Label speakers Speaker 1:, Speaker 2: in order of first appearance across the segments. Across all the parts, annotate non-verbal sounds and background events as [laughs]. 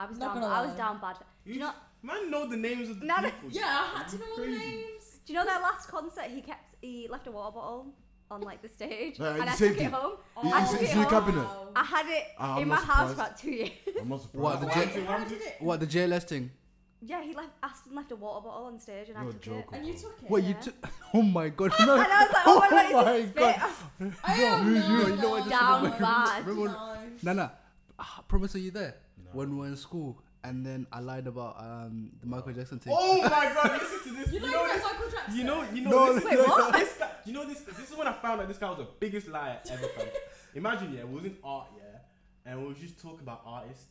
Speaker 1: I was
Speaker 2: Not
Speaker 1: down.
Speaker 2: gonna
Speaker 1: I was
Speaker 2: lie.
Speaker 1: down bad. Do you know?
Speaker 3: man know the names of the
Speaker 1: No, no.
Speaker 3: people.
Speaker 2: Yeah, I had to know
Speaker 3: Crazy.
Speaker 2: names.
Speaker 1: Do you know their last concert? He kept. He left a water bottle on like the stage,
Speaker 4: Yeah,
Speaker 1: and
Speaker 4: you
Speaker 1: I took
Speaker 4: saved
Speaker 1: it,
Speaker 4: it.
Speaker 1: home.
Speaker 4: Uh,
Speaker 2: Oh.
Speaker 4: You-
Speaker 1: I
Speaker 4: you
Speaker 1: took
Speaker 4: saved
Speaker 1: it
Speaker 4: your
Speaker 1: home.
Speaker 4: cabinet.
Speaker 1: I had it
Speaker 4: Ah, I'm
Speaker 1: in my
Speaker 4: not
Speaker 1: house for
Speaker 4: surprised.
Speaker 1: about two years. [laughs]
Speaker 4: I'm not surprised.
Speaker 5: What, the
Speaker 2: Wait,
Speaker 5: J-
Speaker 2: how did it?
Speaker 5: What the JLS thing?
Speaker 1: yeah, he left. Aston left a water bottle on stage, and I
Speaker 4: You're
Speaker 1: took
Speaker 4: joking.
Speaker 1: it.
Speaker 2: And you took it.
Speaker 5: What you
Speaker 1: Yeah.
Speaker 5: took? [laughs] Oh my god!
Speaker 1: And I was like, oh, my, God,
Speaker 5: my
Speaker 1: it's a
Speaker 5: God.
Speaker 1: spit. I was
Speaker 2: I am
Speaker 5: you-
Speaker 2: no,
Speaker 5: you-
Speaker 2: no,
Speaker 5: you know what I just
Speaker 1: Down
Speaker 5: remembered?
Speaker 1: bad.
Speaker 5: Remember-
Speaker 2: No.
Speaker 5: Nana, ah, promise are you there? When we were in school, and then I lied about um the Michael Jackson thing.
Speaker 3: Oh my god, listen to this.
Speaker 2: You
Speaker 3: You
Speaker 2: know,
Speaker 3: know
Speaker 2: you met
Speaker 3: this.
Speaker 2: Michael Jackson.
Speaker 3: You know, you know,
Speaker 5: No,
Speaker 3: this,
Speaker 1: wait, what?
Speaker 3: [laughs] this guy, you know this. This is when I found out this guy was the biggest liar ever. Found. Imagine, yeah, we was in art, yeah, and we was just talking about artists.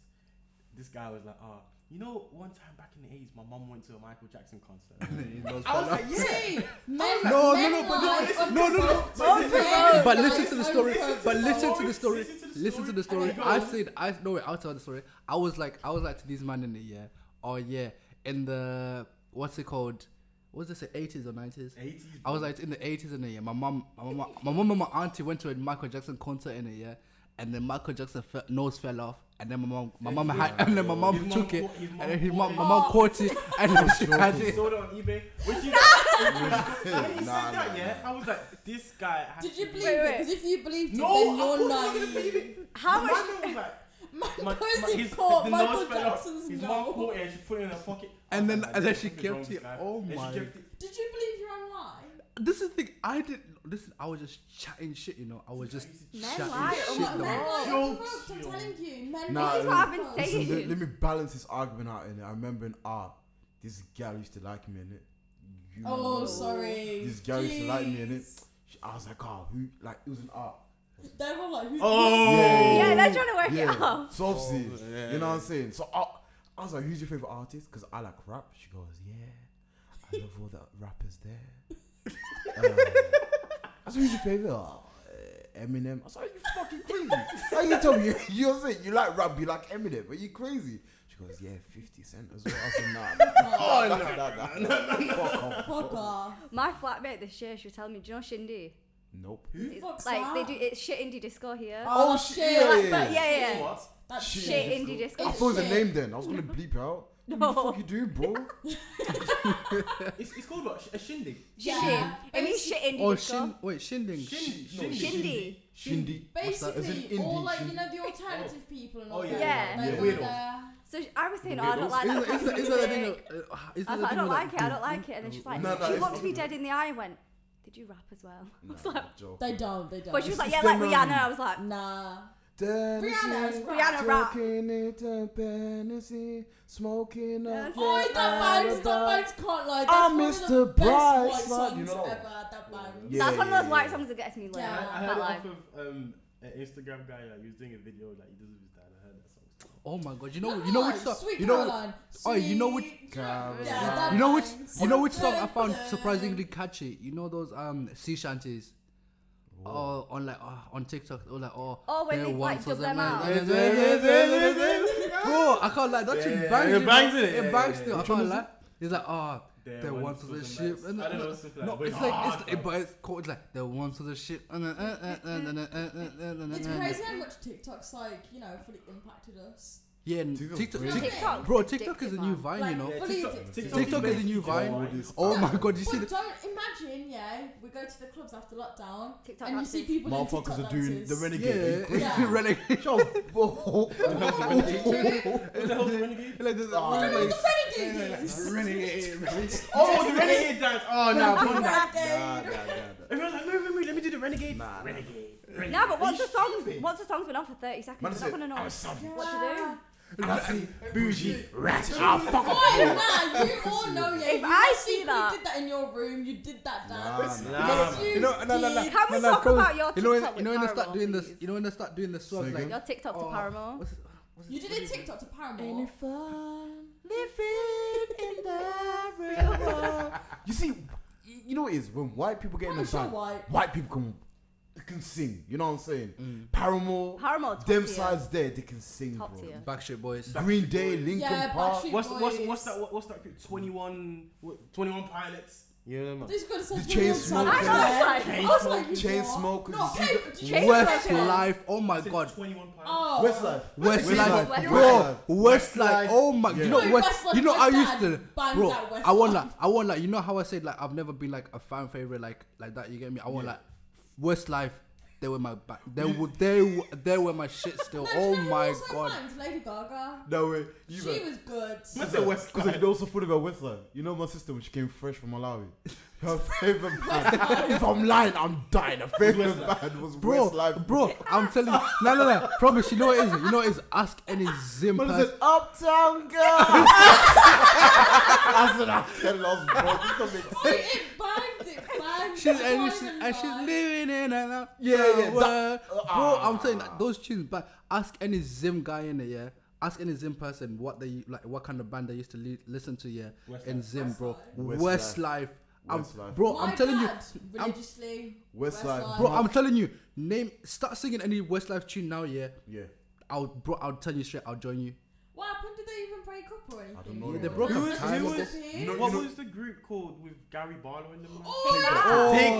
Speaker 3: This guy was like, ah, you know, one time back in the eighties, my mum went to a Michael Jackson
Speaker 4: [laughs]
Speaker 3: concert.
Speaker 5: [laughs] It was
Speaker 3: I
Speaker 5: fun.
Speaker 3: was like, yeah.
Speaker 2: Men,
Speaker 5: No,
Speaker 2: men
Speaker 5: no, no, but
Speaker 2: lie
Speaker 5: listen-
Speaker 2: on
Speaker 5: no, no, no,
Speaker 2: purpose.
Speaker 3: but listen-
Speaker 2: Men
Speaker 5: [laughs] but
Speaker 2: lie
Speaker 5: listen to the
Speaker 2: on
Speaker 5: story.
Speaker 2: purpose.
Speaker 5: But listen to the story.
Speaker 3: Listen to the
Speaker 5: Listen to the
Speaker 3: story.
Speaker 5: story.
Speaker 3: Okay, go
Speaker 5: I
Speaker 3: on.
Speaker 5: said, I no wait, I'll tell the story. I was like, I was like to these men in the year. Oh yeah, in the what's it called? What was this? Eighties or nineties?
Speaker 3: Eighties.
Speaker 4: Oh,
Speaker 5: I was like in the eighties in the year. My mom, my mom, my mom and my auntie went to a Michael Jackson concert in a year, and then Michael Jackson fe- nose fell off, and then my mom, my mom had, and then my mom
Speaker 3: His mom
Speaker 5: took it,
Speaker 3: caught- his
Speaker 5: and
Speaker 3: mom
Speaker 5: then his
Speaker 3: caught
Speaker 5: mom,
Speaker 3: it.
Speaker 5: my mom caught it, and then she had it.
Speaker 3: sold it on eBay.
Speaker 2: [laughs]
Speaker 3: Which is, [laughs] when he said
Speaker 4: Nah,
Speaker 3: that,
Speaker 4: nah,
Speaker 3: yeah, I was like, this guy. Has
Speaker 2: Did
Speaker 3: to
Speaker 2: you
Speaker 3: be-
Speaker 2: believe
Speaker 1: Wait, wait.
Speaker 2: it? Because if you believed it,
Speaker 3: No,
Speaker 2: then
Speaker 3: of course
Speaker 2: you're
Speaker 3: I'm not gonna believe
Speaker 2: naive.
Speaker 3: it.
Speaker 1: How
Speaker 3: My
Speaker 1: much?
Speaker 3: man was like.
Speaker 2: My
Speaker 3: My, my,
Speaker 2: cousin
Speaker 3: his,
Speaker 2: caught
Speaker 3: the
Speaker 2: Michael
Speaker 3: nose fell off.
Speaker 2: Jackson's
Speaker 3: His mom
Speaker 2: nose.
Speaker 3: caught it and she put it in her pocket.
Speaker 5: And
Speaker 3: I was
Speaker 5: then-
Speaker 3: like,
Speaker 5: and then
Speaker 3: "This
Speaker 5: she
Speaker 3: is
Speaker 5: kept
Speaker 3: wrong
Speaker 5: it.
Speaker 3: guy."
Speaker 5: Oh
Speaker 3: And she
Speaker 5: my
Speaker 3: kept it.
Speaker 2: Did you believe your own lie?
Speaker 5: This is the thing. I didn't listen. I was just chatting shit. You know, I was just
Speaker 1: Men
Speaker 5: chatting
Speaker 1: lie, oh
Speaker 5: shit.
Speaker 1: my
Speaker 2: Men
Speaker 5: dog.
Speaker 1: God.
Speaker 2: lie on
Speaker 3: Jokes,
Speaker 2: purpose, I'm
Speaker 3: yo.
Speaker 2: telling you. Men
Speaker 4: Nah,
Speaker 2: lie
Speaker 4: This is
Speaker 2: on
Speaker 4: what
Speaker 1: I've been
Speaker 2: purpose.
Speaker 1: saying.
Speaker 4: Listen,
Speaker 1: Hey.
Speaker 4: let, let me balance this argument out in it. I remember in art, this girl used to like me in it. You
Speaker 2: Oh, sorry.
Speaker 4: This girl used to like me in it.
Speaker 2: Jeez.
Speaker 4: I was like, oh, who? Like, it was an art.
Speaker 2: They were like, who?
Speaker 1: [laughs]
Speaker 3: Oh.
Speaker 1: Yeah, they're trying to work [laughs] it
Speaker 4: yeah.
Speaker 1: out.
Speaker 4: So obviously,
Speaker 3: Oh, yeah.
Speaker 4: you know what I'm saying. So I, I was like, "Who's your favorite artist?" Because I like rap. She goes, "Yeah, I love all the rappers there." um, I said, "Who's your favorite?" Oh, eh, Eminem. I was like, "You fucking crazy? How you tell me? [laughs] You, you know what I'm saying? You like rap? You like Eminem? Are you crazy?" She goes, "Yeah, 50 Cent as well." I said, "Nah."
Speaker 2: Oh,
Speaker 4: nah, nah, nah, nah, Fuck off.
Speaker 2: fuck off.
Speaker 1: My flatmate this year, she was telling me, "Do you know Shindy?
Speaker 4: Nope.
Speaker 2: Fuck's
Speaker 1: Like they
Speaker 2: that?
Speaker 1: do, it's shit indie disco here.
Speaker 2: Oh,
Speaker 4: Oh,
Speaker 2: shit.
Speaker 4: shit.
Speaker 1: Like, but
Speaker 4: yeah,
Speaker 1: yeah, yeah,
Speaker 3: What?
Speaker 2: That's
Speaker 4: Shit.
Speaker 1: shit indie
Speaker 4: I
Speaker 1: disco.
Speaker 2: It's
Speaker 4: thought it was a
Speaker 2: shit.
Speaker 4: name then. I was gonna bleep it out.
Speaker 1: [laughs] No.
Speaker 4: What the fuck you do,
Speaker 1: [laughs]
Speaker 4: bro?
Speaker 3: It's, it's called what? A shindig.
Speaker 1: Shindy.
Speaker 2: Yeah.
Speaker 1: It means shit indie
Speaker 5: Oh,
Speaker 1: disco.
Speaker 5: shin, wait, shinding.
Speaker 3: Shindig.
Speaker 5: Sh- no,
Speaker 3: Shindig.
Speaker 1: Shindy.
Speaker 4: Shindy.
Speaker 5: What's that?
Speaker 4: Is it
Speaker 2: Basically,
Speaker 4: indie
Speaker 2: all like you
Speaker 4: shit?
Speaker 2: know the alternative people and all
Speaker 3: Oh,
Speaker 2: that.
Speaker 3: yeah,
Speaker 1: Yeah.
Speaker 2: They
Speaker 3: yeah.
Speaker 2: were
Speaker 3: Weirdos.
Speaker 2: there.
Speaker 1: So sh- I was saying, oh, I don't like that.
Speaker 5: Isn't,
Speaker 1: kind
Speaker 5: isn't,
Speaker 1: of
Speaker 5: isn't that the thing?
Speaker 1: music.
Speaker 5: of- uh, Isn't
Speaker 1: I was
Speaker 5: that
Speaker 1: like, I
Speaker 5: the thing
Speaker 1: don't
Speaker 5: with
Speaker 1: like it, I don't like it. And then she's like,
Speaker 4: No, no,
Speaker 1: she
Speaker 4: it's-
Speaker 1: looked me dead in the eye and went, Did you rap as well? I was like,
Speaker 4: joke.
Speaker 2: They don't. They don't.
Speaker 1: But she was like, Yeah,
Speaker 4: the
Speaker 1: like Rihanna.
Speaker 4: man.
Speaker 1: I was like,
Speaker 2: Nah.
Speaker 4: Dennis
Speaker 2: Rihanna's
Speaker 4: is
Speaker 2: rap.
Speaker 1: Rihanna rap.
Speaker 4: Taking it to Hennessy, smoking up.
Speaker 1: Yes.
Speaker 2: Oh, that
Speaker 4: your
Speaker 2: bangs, that
Speaker 4: alibi.
Speaker 2: bangs can't lie. That's
Speaker 4: I'm
Speaker 2: one of
Speaker 4: Mr.
Speaker 2: the best
Speaker 4: Bright
Speaker 2: white
Speaker 4: Spot,
Speaker 2: songs
Speaker 4: you know.
Speaker 2: ever. That bangs.
Speaker 4: Yeah,
Speaker 1: That's one of
Speaker 4: yeah,
Speaker 1: those white
Speaker 4: yeah.
Speaker 1: songs that gets me lit.
Speaker 2: Yeah.
Speaker 3: I, I
Speaker 1: That
Speaker 3: heard
Speaker 1: line.
Speaker 3: off of um, an Instagram guy. Like, he was doing a video. Like he does with his dad. I heard that song.
Speaker 5: Oh my god, you know, you know which song,
Speaker 2: Sweet
Speaker 5: you know,
Speaker 2: Caroline.
Speaker 5: oh, you know
Speaker 2: Sweet
Speaker 5: which-
Speaker 2: Caroline.
Speaker 4: Caroline.
Speaker 2: Yeah, that
Speaker 5: you know which,
Speaker 2: bangs.
Speaker 5: you know which song I found surprisingly catchy. You know those um sea shanties. Oh, on like oh, on TikTok, or like oh,
Speaker 1: Oh, when
Speaker 5: there
Speaker 1: they, like,
Speaker 5: once
Speaker 1: dub
Speaker 5: was a
Speaker 1: them
Speaker 5: man-
Speaker 1: out.
Speaker 5: Bro, I can't lie. That shit
Speaker 3: Yeah,
Speaker 5: bangs.
Speaker 3: it
Speaker 5: you know.
Speaker 3: bangs, innit? Yeah,
Speaker 5: It bangs
Speaker 3: yeah,
Speaker 5: still.
Speaker 3: yeah.
Speaker 5: I
Speaker 3: Which one
Speaker 5: can't
Speaker 3: is
Speaker 5: lie. It's like oh,
Speaker 3: There
Speaker 5: there
Speaker 3: once
Speaker 5: once was a
Speaker 3: was a
Speaker 5: ship.
Speaker 3: nice-
Speaker 5: and-
Speaker 3: I don't know,
Speaker 5: no,
Speaker 3: something like-
Speaker 5: No,
Speaker 3: but
Speaker 5: it's
Speaker 3: it's
Speaker 5: like
Speaker 3: hard,
Speaker 5: it's, it,
Speaker 3: though.
Speaker 5: but it's called it's like there once was a ship. and then, uh, uh, uh, and then, uh, uh, uh, uh,
Speaker 2: It's
Speaker 5: and-
Speaker 2: crazy how much TikTok's like, you know, fully impacted us.
Speaker 5: Yeah, and
Speaker 4: TikTok's
Speaker 5: TikTok,
Speaker 4: crazy.
Speaker 5: Tik-
Speaker 1: TikTok's
Speaker 5: bro, TikTok
Speaker 1: addictive,
Speaker 5: is a new
Speaker 1: man.
Speaker 5: Vine,
Speaker 2: Like,
Speaker 5: you know.
Speaker 2: fully-
Speaker 5: TikTok is a new Vine. Oh my god, you see
Speaker 2: But
Speaker 5: the
Speaker 2: don't imagine, yeah, we go to the clubs after lockdown
Speaker 1: TikTok
Speaker 2: and you see
Speaker 1: dances.
Speaker 2: people in
Speaker 4: Motherfuckers
Speaker 2: TikTok
Speaker 4: are doing the
Speaker 2: dances. [laughs]
Speaker 4: renegade.
Speaker 5: yeah, [laughs]
Speaker 2: Yeah.
Speaker 5: relic.
Speaker 3: What the hell's a renegade?
Speaker 5: [laughs] Like, there's a-
Speaker 4: Oh,
Speaker 5: like,
Speaker 4: no,
Speaker 2: the
Speaker 5: yeah,
Speaker 2: renegade
Speaker 5: like,
Speaker 1: Oh,
Speaker 2: is.
Speaker 5: renegade, renegade.
Speaker 3: Oh, the renegade dance. Oh no, come on.
Speaker 2: Renegade.
Speaker 3: Everyone's like, move, move, move. Let me do the renegade.
Speaker 4: Nah, nah.
Speaker 3: renegade. renegade.
Speaker 1: No, but once the song,
Speaker 3: stupid?
Speaker 1: once the song's been on for 30
Speaker 4: Man, I
Speaker 1: seconds,
Speaker 4: said,
Speaker 1: you're not
Speaker 4: I'm
Speaker 1: going
Speaker 4: a
Speaker 1: to know
Speaker 4: savage.
Speaker 1: what to do.
Speaker 4: Classy, bougie, ratchet. Ah, fuck off.
Speaker 2: Oh, nah, you all know, yeah.
Speaker 1: If
Speaker 2: you
Speaker 1: I
Speaker 2: all
Speaker 1: see
Speaker 2: secretly
Speaker 1: that-
Speaker 2: did that in your room, you did that
Speaker 4: Nah,
Speaker 2: dance.
Speaker 4: nah.
Speaker 2: Yes,
Speaker 3: Nah,
Speaker 2: you
Speaker 5: You know, no, no, no.
Speaker 2: did.
Speaker 1: Can we
Speaker 5: no, no,
Speaker 1: talk
Speaker 5: promise-
Speaker 1: about your
Speaker 5: You know, when,
Speaker 1: TikTok
Speaker 5: you know when they
Speaker 1: with
Speaker 5: start doing
Speaker 1: Paramore,
Speaker 5: this.
Speaker 1: please?
Speaker 5: You know when they start doing the swap
Speaker 4: Say
Speaker 5: like.
Speaker 4: again?
Speaker 1: Your TikTok to
Speaker 5: oh,
Speaker 1: Paramore.
Speaker 5: what's it- what's it-
Speaker 2: You did
Speaker 5: what
Speaker 2: a
Speaker 5: is it?
Speaker 2: TikTok to Paramore.
Speaker 4: fun living in the [laughs] real world. You see, you you know what it is when white people get in
Speaker 2: I'm
Speaker 4: a
Speaker 2: sure
Speaker 4: band,
Speaker 2: white.
Speaker 4: people can can sing. You know what I'm saying? Paramore,
Speaker 1: Paramore, top
Speaker 4: them
Speaker 1: tier.
Speaker 4: sides there, they can sing,
Speaker 1: Top
Speaker 4: bro.
Speaker 1: tier.
Speaker 5: Backstreet Boys.
Speaker 4: Green Day, Linkin
Speaker 2: Yeah,
Speaker 4: Park.
Speaker 2: Backstreet
Speaker 3: What's what's
Speaker 2: Boys.
Speaker 3: what's that? What, what's that? Twenty one. Twenty one pilots. You remember?
Speaker 2: This could have
Speaker 4: The
Speaker 2: said
Speaker 4: chain smokers.
Speaker 2: I was like, I was like,
Speaker 4: Chain
Speaker 2: what?
Speaker 4: smokers,
Speaker 2: No,
Speaker 4: you see
Speaker 2: chain, chain
Speaker 5: West
Speaker 2: smokers.
Speaker 5: Life. Oh my
Speaker 3: Since
Speaker 5: god.
Speaker 3: 21 pounds.
Speaker 2: Oh.
Speaker 4: Westlife.
Speaker 5: West
Speaker 1: Westlife.
Speaker 5: Life.
Speaker 1: Westlife.
Speaker 5: Bro, West
Speaker 3: Westlife.
Speaker 5: Life. Oh my.
Speaker 4: Yeah.
Speaker 5: You know
Speaker 2: Wait,
Speaker 5: West.
Speaker 2: Westlife,
Speaker 5: You know
Speaker 2: my
Speaker 5: I
Speaker 2: dad
Speaker 5: used to.
Speaker 2: banned
Speaker 5: Bro,
Speaker 2: that
Speaker 5: I want
Speaker 2: Westlife.
Speaker 5: like I want like you know how I said like I've never been like a fan favorite like like that. You get me? I want like West Life. They were my back. They were they were, they were my shit still.
Speaker 2: No, do you
Speaker 5: Oh
Speaker 2: know who
Speaker 5: my
Speaker 2: also
Speaker 5: god.
Speaker 2: banned? Lady Gaga.
Speaker 4: No way. You
Speaker 2: She
Speaker 4: man.
Speaker 2: was good.
Speaker 3: Let's say West
Speaker 4: Because you know also funny about Westlife. You know my sister when she came fresh from Malawi. [laughs] Her favorite band. if I'm lying, I'm dying. Her favorite
Speaker 3: Westlife.
Speaker 4: band was
Speaker 5: Bro,
Speaker 4: Westlife.
Speaker 5: bro, I'm telling you, no, no, no. Promise, you know what it is. You know what it is. Ask any Zim
Speaker 4: But
Speaker 5: person.
Speaker 4: it's an uptown girl. [laughs] That's an uptown love, bro. This don't make
Speaker 2: Wait, it banned, it banned.
Speaker 5: She's
Speaker 2: It
Speaker 5: and,
Speaker 2: was
Speaker 5: she's
Speaker 2: in
Speaker 5: and she's
Speaker 2: banned.
Speaker 5: living in an uptown
Speaker 4: Yeah, yeah, that-
Speaker 5: world. bro. I'm saying
Speaker 4: Ah.
Speaker 5: that those tunes. But ask any Zim guy in there, yeah. Ask any Zim person what they like, what kind of band they used to li- listen to, yeah.
Speaker 3: Westlife.
Speaker 5: in Zim, bro,
Speaker 4: Westlife.
Speaker 5: Westlife. I'm,
Speaker 4: Westlife.
Speaker 5: bro,
Speaker 2: My
Speaker 5: I'm telling you,
Speaker 2: dad,
Speaker 5: I'm-
Speaker 2: religiously.
Speaker 4: Westlife.
Speaker 2: Westlife.
Speaker 5: bro, I'm telling you. Name, start singing any Westlife tune now, yeah.
Speaker 4: Yeah.
Speaker 5: I'll, bro, I'll tell you straight. I'll join you.
Speaker 2: What happened? Did they even break up or anything?
Speaker 4: don't know. Yeah,
Speaker 5: they broke
Speaker 3: Who
Speaker 5: up
Speaker 3: was-
Speaker 5: time
Speaker 3: who
Speaker 5: ago.
Speaker 3: was-
Speaker 2: Disappeared?
Speaker 4: No,
Speaker 3: What
Speaker 4: you know-
Speaker 3: was the group called with Gary Barlow in the middle?
Speaker 2: Oh,
Speaker 3: Take that, yeah,
Speaker 2: Take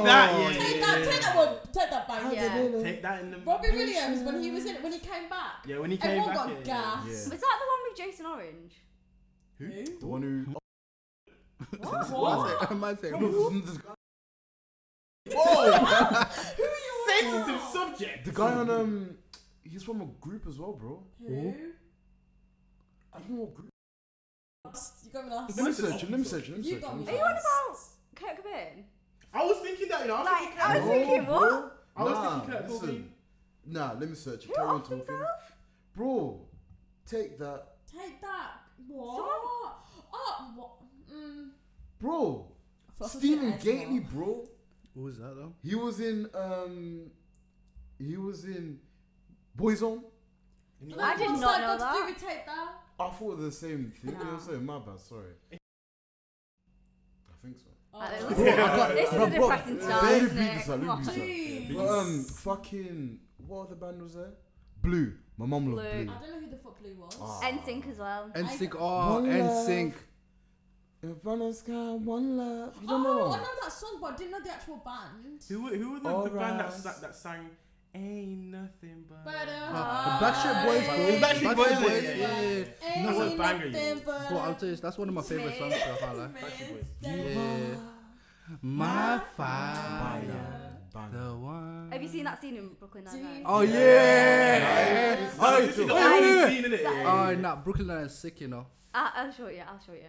Speaker 3: yeah,
Speaker 2: that,
Speaker 3: yeah.
Speaker 2: take that one, take that back.
Speaker 1: Yeah.
Speaker 3: Take that in the
Speaker 2: Robbie Williams when he was in when he came back.
Speaker 3: Yeah, when he came
Speaker 2: Everyone
Speaker 3: back.
Speaker 2: got
Speaker 3: yeah, yeah.
Speaker 2: gas.
Speaker 4: Yeah.
Speaker 1: Was that the one with Jason Orange?
Speaker 4: The one who.
Speaker 2: What?
Speaker 5: Am I saying- am I saying-
Speaker 3: Whoa!
Speaker 2: Who are you?
Speaker 3: Sensitive
Speaker 2: on?
Speaker 3: subject.
Speaker 4: The guy on um, he's from a group as well, bro.
Speaker 2: Who?
Speaker 4: I don't know what group.
Speaker 2: Last- You got me last.
Speaker 4: Let me search. him, Let me search. him, Let me
Speaker 2: You
Speaker 4: search.
Speaker 2: got me.
Speaker 4: him,
Speaker 1: Are you
Speaker 4: let
Speaker 1: on
Speaker 4: me search.
Speaker 1: about Kurt Cobain?
Speaker 3: I was thinking that, you know. I was
Speaker 1: Like,
Speaker 3: thinking
Speaker 1: I was
Speaker 3: Kurt
Speaker 4: No,
Speaker 3: Cobain.
Speaker 1: thinking,
Speaker 4: bro.
Speaker 1: what?
Speaker 3: I was
Speaker 4: Nah,
Speaker 3: thinking Kurt
Speaker 4: listen.
Speaker 3: Cobain.
Speaker 4: Nah, let me search.
Speaker 1: Who
Speaker 4: Carry on
Speaker 1: offed
Speaker 4: talking,
Speaker 1: himself?
Speaker 4: bro. Take that,
Speaker 2: Take that. What?
Speaker 1: Someone-
Speaker 2: Oh, what? Mm.
Speaker 4: bro.
Speaker 2: Philosophy
Speaker 4: Stephen
Speaker 2: as well.
Speaker 4: Gately, bro.
Speaker 5: Who was that though?
Speaker 4: He was in um, he was in Boyzone.
Speaker 3: And he-
Speaker 1: I did
Speaker 2: What's
Speaker 1: not know
Speaker 2: got to
Speaker 1: that.
Speaker 2: Do with take that.
Speaker 4: I thought the same thing.
Speaker 1: Nah.
Speaker 4: I'm sorry, my bad. Sorry. I think so.
Speaker 1: Uh,
Speaker 2: Oh.
Speaker 3: [laughs]
Speaker 1: listen, this is
Speaker 5: bro,
Speaker 1: a
Speaker 5: bro,
Speaker 1: depressing
Speaker 4: Let
Speaker 1: start,
Speaker 4: me
Speaker 1: isn't
Speaker 4: read
Speaker 1: it?
Speaker 4: this out, let me
Speaker 1: Come
Speaker 4: read
Speaker 1: on.
Speaker 4: this out.
Speaker 2: Jeez.
Speaker 4: But, um, fucking what other band was there? Blue. My mum loved
Speaker 1: Blue.
Speaker 4: Blue.
Speaker 2: I don't know who the fuck Blue was.
Speaker 3: Oh.
Speaker 4: Ah.
Speaker 1: NSYNC as well.
Speaker 5: And
Speaker 2: I-
Speaker 5: sync. Oh,
Speaker 4: One
Speaker 5: and
Speaker 4: Love.
Speaker 5: sync.
Speaker 4: If on the sky, one love. You
Speaker 2: oh,
Speaker 4: don't know.
Speaker 2: I know that song, but I didn't know the actual band.
Speaker 3: Who, were- who were the,
Speaker 4: All
Speaker 3: the band that,
Speaker 4: right.
Speaker 3: sa- that sang Ain't Nothing But.
Speaker 2: But, uh,
Speaker 5: Uh, the Backstreet Boys, bro.
Speaker 3: Backstreet Boys, yeah, yeah,
Speaker 5: yeah, yeah.
Speaker 2: Ain't
Speaker 5: That's a
Speaker 2: nothing
Speaker 3: banger, you know.
Speaker 2: but
Speaker 5: Bro, I'll tell you, that's one of my favorite songs. so I can't lie.
Speaker 3: Backstreet Boys.
Speaker 5: Yeah. My fire.
Speaker 4: Banger.
Speaker 5: The one.
Speaker 1: Have you seen that scene in Brooklyn Nine-Nine?
Speaker 5: Oh, yeah.
Speaker 4: Nice.
Speaker 5: Oh,
Speaker 3: This is the
Speaker 5: yeah.
Speaker 3: only scene in it.
Speaker 5: Oh, nah, Brooklyn Nine is sick, you know.
Speaker 1: I, I'll show you, I'll show you.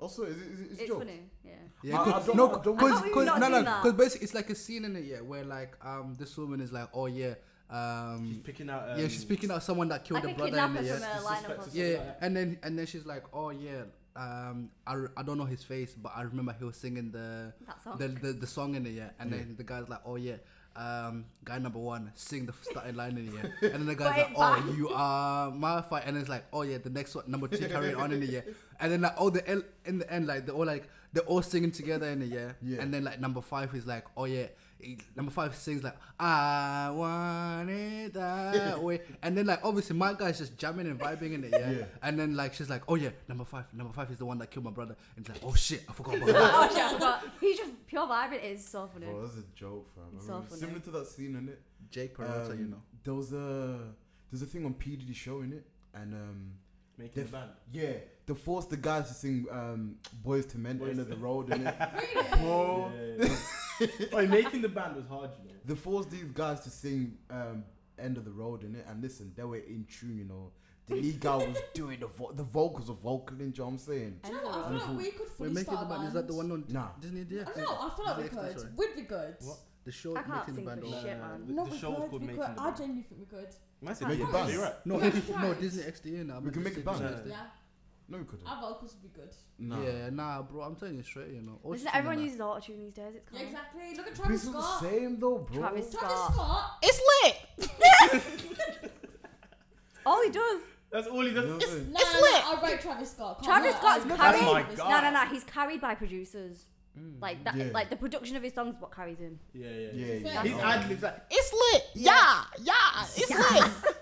Speaker 4: Also, is it, is it,
Speaker 1: It's,
Speaker 4: it's jokes?
Speaker 1: funny, yeah.
Speaker 5: Yeah,
Speaker 4: I- I
Speaker 5: 'cause-
Speaker 4: don't-
Speaker 5: no,
Speaker 4: I don't-
Speaker 1: I
Speaker 5: because
Speaker 1: thought we were
Speaker 5: no,
Speaker 1: not
Speaker 5: no,
Speaker 1: doing that.
Speaker 5: because basically it's like a scene in it, yeah, where like um this woman is like, oh yeah,
Speaker 3: She's
Speaker 5: um
Speaker 3: picking out. Um,
Speaker 5: yeah, she's speaking out someone that killed
Speaker 1: Like a
Speaker 5: a brother in
Speaker 1: kidnapper
Speaker 5: it,
Speaker 1: from
Speaker 5: yeah,
Speaker 1: a lineup
Speaker 3: disrespect
Speaker 1: or
Speaker 3: to
Speaker 1: something.
Speaker 5: yeah,
Speaker 3: like that.
Speaker 5: and then and then she's like, oh yeah, um I, re- I don't know his face, but I remember he was singing the
Speaker 1: That song.
Speaker 5: the, the, the song in it, yeah, and then the guy's like, oh yeah. Um, guy number one sing the starting line in here, and then the guy's
Speaker 1: But
Speaker 5: like,
Speaker 1: it
Speaker 5: "Oh,
Speaker 1: bangs.
Speaker 5: you are my fight," and it's like, "Oh yeah, the next one, number two, carry it on in the year," and then like, oh, the el- in the end, like they're all like they're all singing together in the year,
Speaker 4: Yeah.
Speaker 5: and then like number five is like, "Oh yeah," he- number five sings like, "I want it that way," and then like obviously my guy's just jamming and vibing in it, yeah?
Speaker 4: Yeah.
Speaker 5: and then like she's like, "Oh yeah, number five, number five is the one that killed my brother," and it's like, "Oh shit, I forgot [laughs] about that."
Speaker 1: [laughs] oh, shit, I forgot. He's just pure vibrant. It is so funny.
Speaker 4: Bro, that's a joke, fam. I
Speaker 1: It's
Speaker 4: remember-
Speaker 1: so funny.
Speaker 4: Similar to that scene in it.
Speaker 5: Jake Peralta, you
Speaker 4: um,
Speaker 5: know.
Speaker 4: There was a there's a thing on P Diddy show in it, and um,
Speaker 3: Making the
Speaker 4: Def-
Speaker 3: band.
Speaker 4: yeah, they forced the guys to sing um, "Boys to Men"
Speaker 3: Boys
Speaker 4: end of
Speaker 3: to-
Speaker 4: the [laughs] road, and it,
Speaker 2: Really?
Speaker 4: bro.
Speaker 3: Oi, making the band was hard, you know.
Speaker 4: They forced these guys to sing um, "End of the Road" in it, and listen, they were in tune, you know. The lead guy was doing the vo- the vocals were vocaling. Do you know what I'm saying?
Speaker 2: Do you know what? I feel like we could
Speaker 5: We're
Speaker 2: fully
Speaker 5: making the
Speaker 2: start a
Speaker 5: band. Is that the one on
Speaker 4: Nah.
Speaker 5: Disney? Yeah.
Speaker 2: No, I feel like we
Speaker 5: Disney Extra,
Speaker 2: could.
Speaker 5: sorry.
Speaker 2: We'd be good.
Speaker 3: What?
Speaker 5: The show
Speaker 1: I can't
Speaker 5: making the
Speaker 1: sing
Speaker 5: band.
Speaker 1: for
Speaker 5: on-
Speaker 1: shit, man.
Speaker 3: The,
Speaker 2: No,
Speaker 3: the
Speaker 2: we
Speaker 3: show was
Speaker 2: could.
Speaker 3: called
Speaker 2: We
Speaker 3: Making
Speaker 2: could.
Speaker 3: the
Speaker 2: I
Speaker 3: Band.
Speaker 2: genuinely think we could.
Speaker 3: Man said Making
Speaker 4: Make it
Speaker 3: the
Speaker 4: band.
Speaker 3: Band, you're right.
Speaker 5: No,
Speaker 2: Yeah,
Speaker 5: no,
Speaker 2: right.
Speaker 5: Disney XD. Nah,
Speaker 4: We can make a band.
Speaker 3: Nah.
Speaker 2: Yeah,
Speaker 4: No, we couldn't.
Speaker 2: our vocals would be good.
Speaker 4: Nah.
Speaker 5: Yeah, nah, bro. I'm telling you straight, you know. All
Speaker 1: Listen,
Speaker 5: she's doing
Speaker 1: everyone
Speaker 5: that-
Speaker 1: uses auto tune these days. It's
Speaker 2: Yeah,
Speaker 1: kind
Speaker 2: exactly. Look at
Speaker 4: But
Speaker 2: Travis
Speaker 4: it's not
Speaker 2: Scott.
Speaker 4: the same though, bro.
Speaker 1: Travis
Speaker 2: Travis
Speaker 1: Scott.
Speaker 2: Scott.
Speaker 6: It's lit.
Speaker 1: [laughs] All he does.
Speaker 3: That's all he
Speaker 4: You know
Speaker 2: [laughs]
Speaker 3: does.
Speaker 4: what I'm saying?
Speaker 2: No,
Speaker 6: It's
Speaker 2: no,
Speaker 6: lit.
Speaker 2: I rate Travis Scott. Can't
Speaker 1: Travis
Speaker 2: lie.
Speaker 1: Scott's
Speaker 2: I love
Speaker 1: carried.
Speaker 3: Oh my
Speaker 2: Travis
Speaker 3: God.
Speaker 1: No, no, no. He's carried by producers.
Speaker 2: Mm.
Speaker 1: Like that.
Speaker 4: Yeah.
Speaker 1: Like the production of his songs is what carries him.
Speaker 3: Yeah, yeah.
Speaker 4: Yeah, yeah.
Speaker 2: Fair.
Speaker 3: His
Speaker 2: Oh.
Speaker 3: ad libs like.
Speaker 6: It's lit. Yeah. Yeah. It's lit.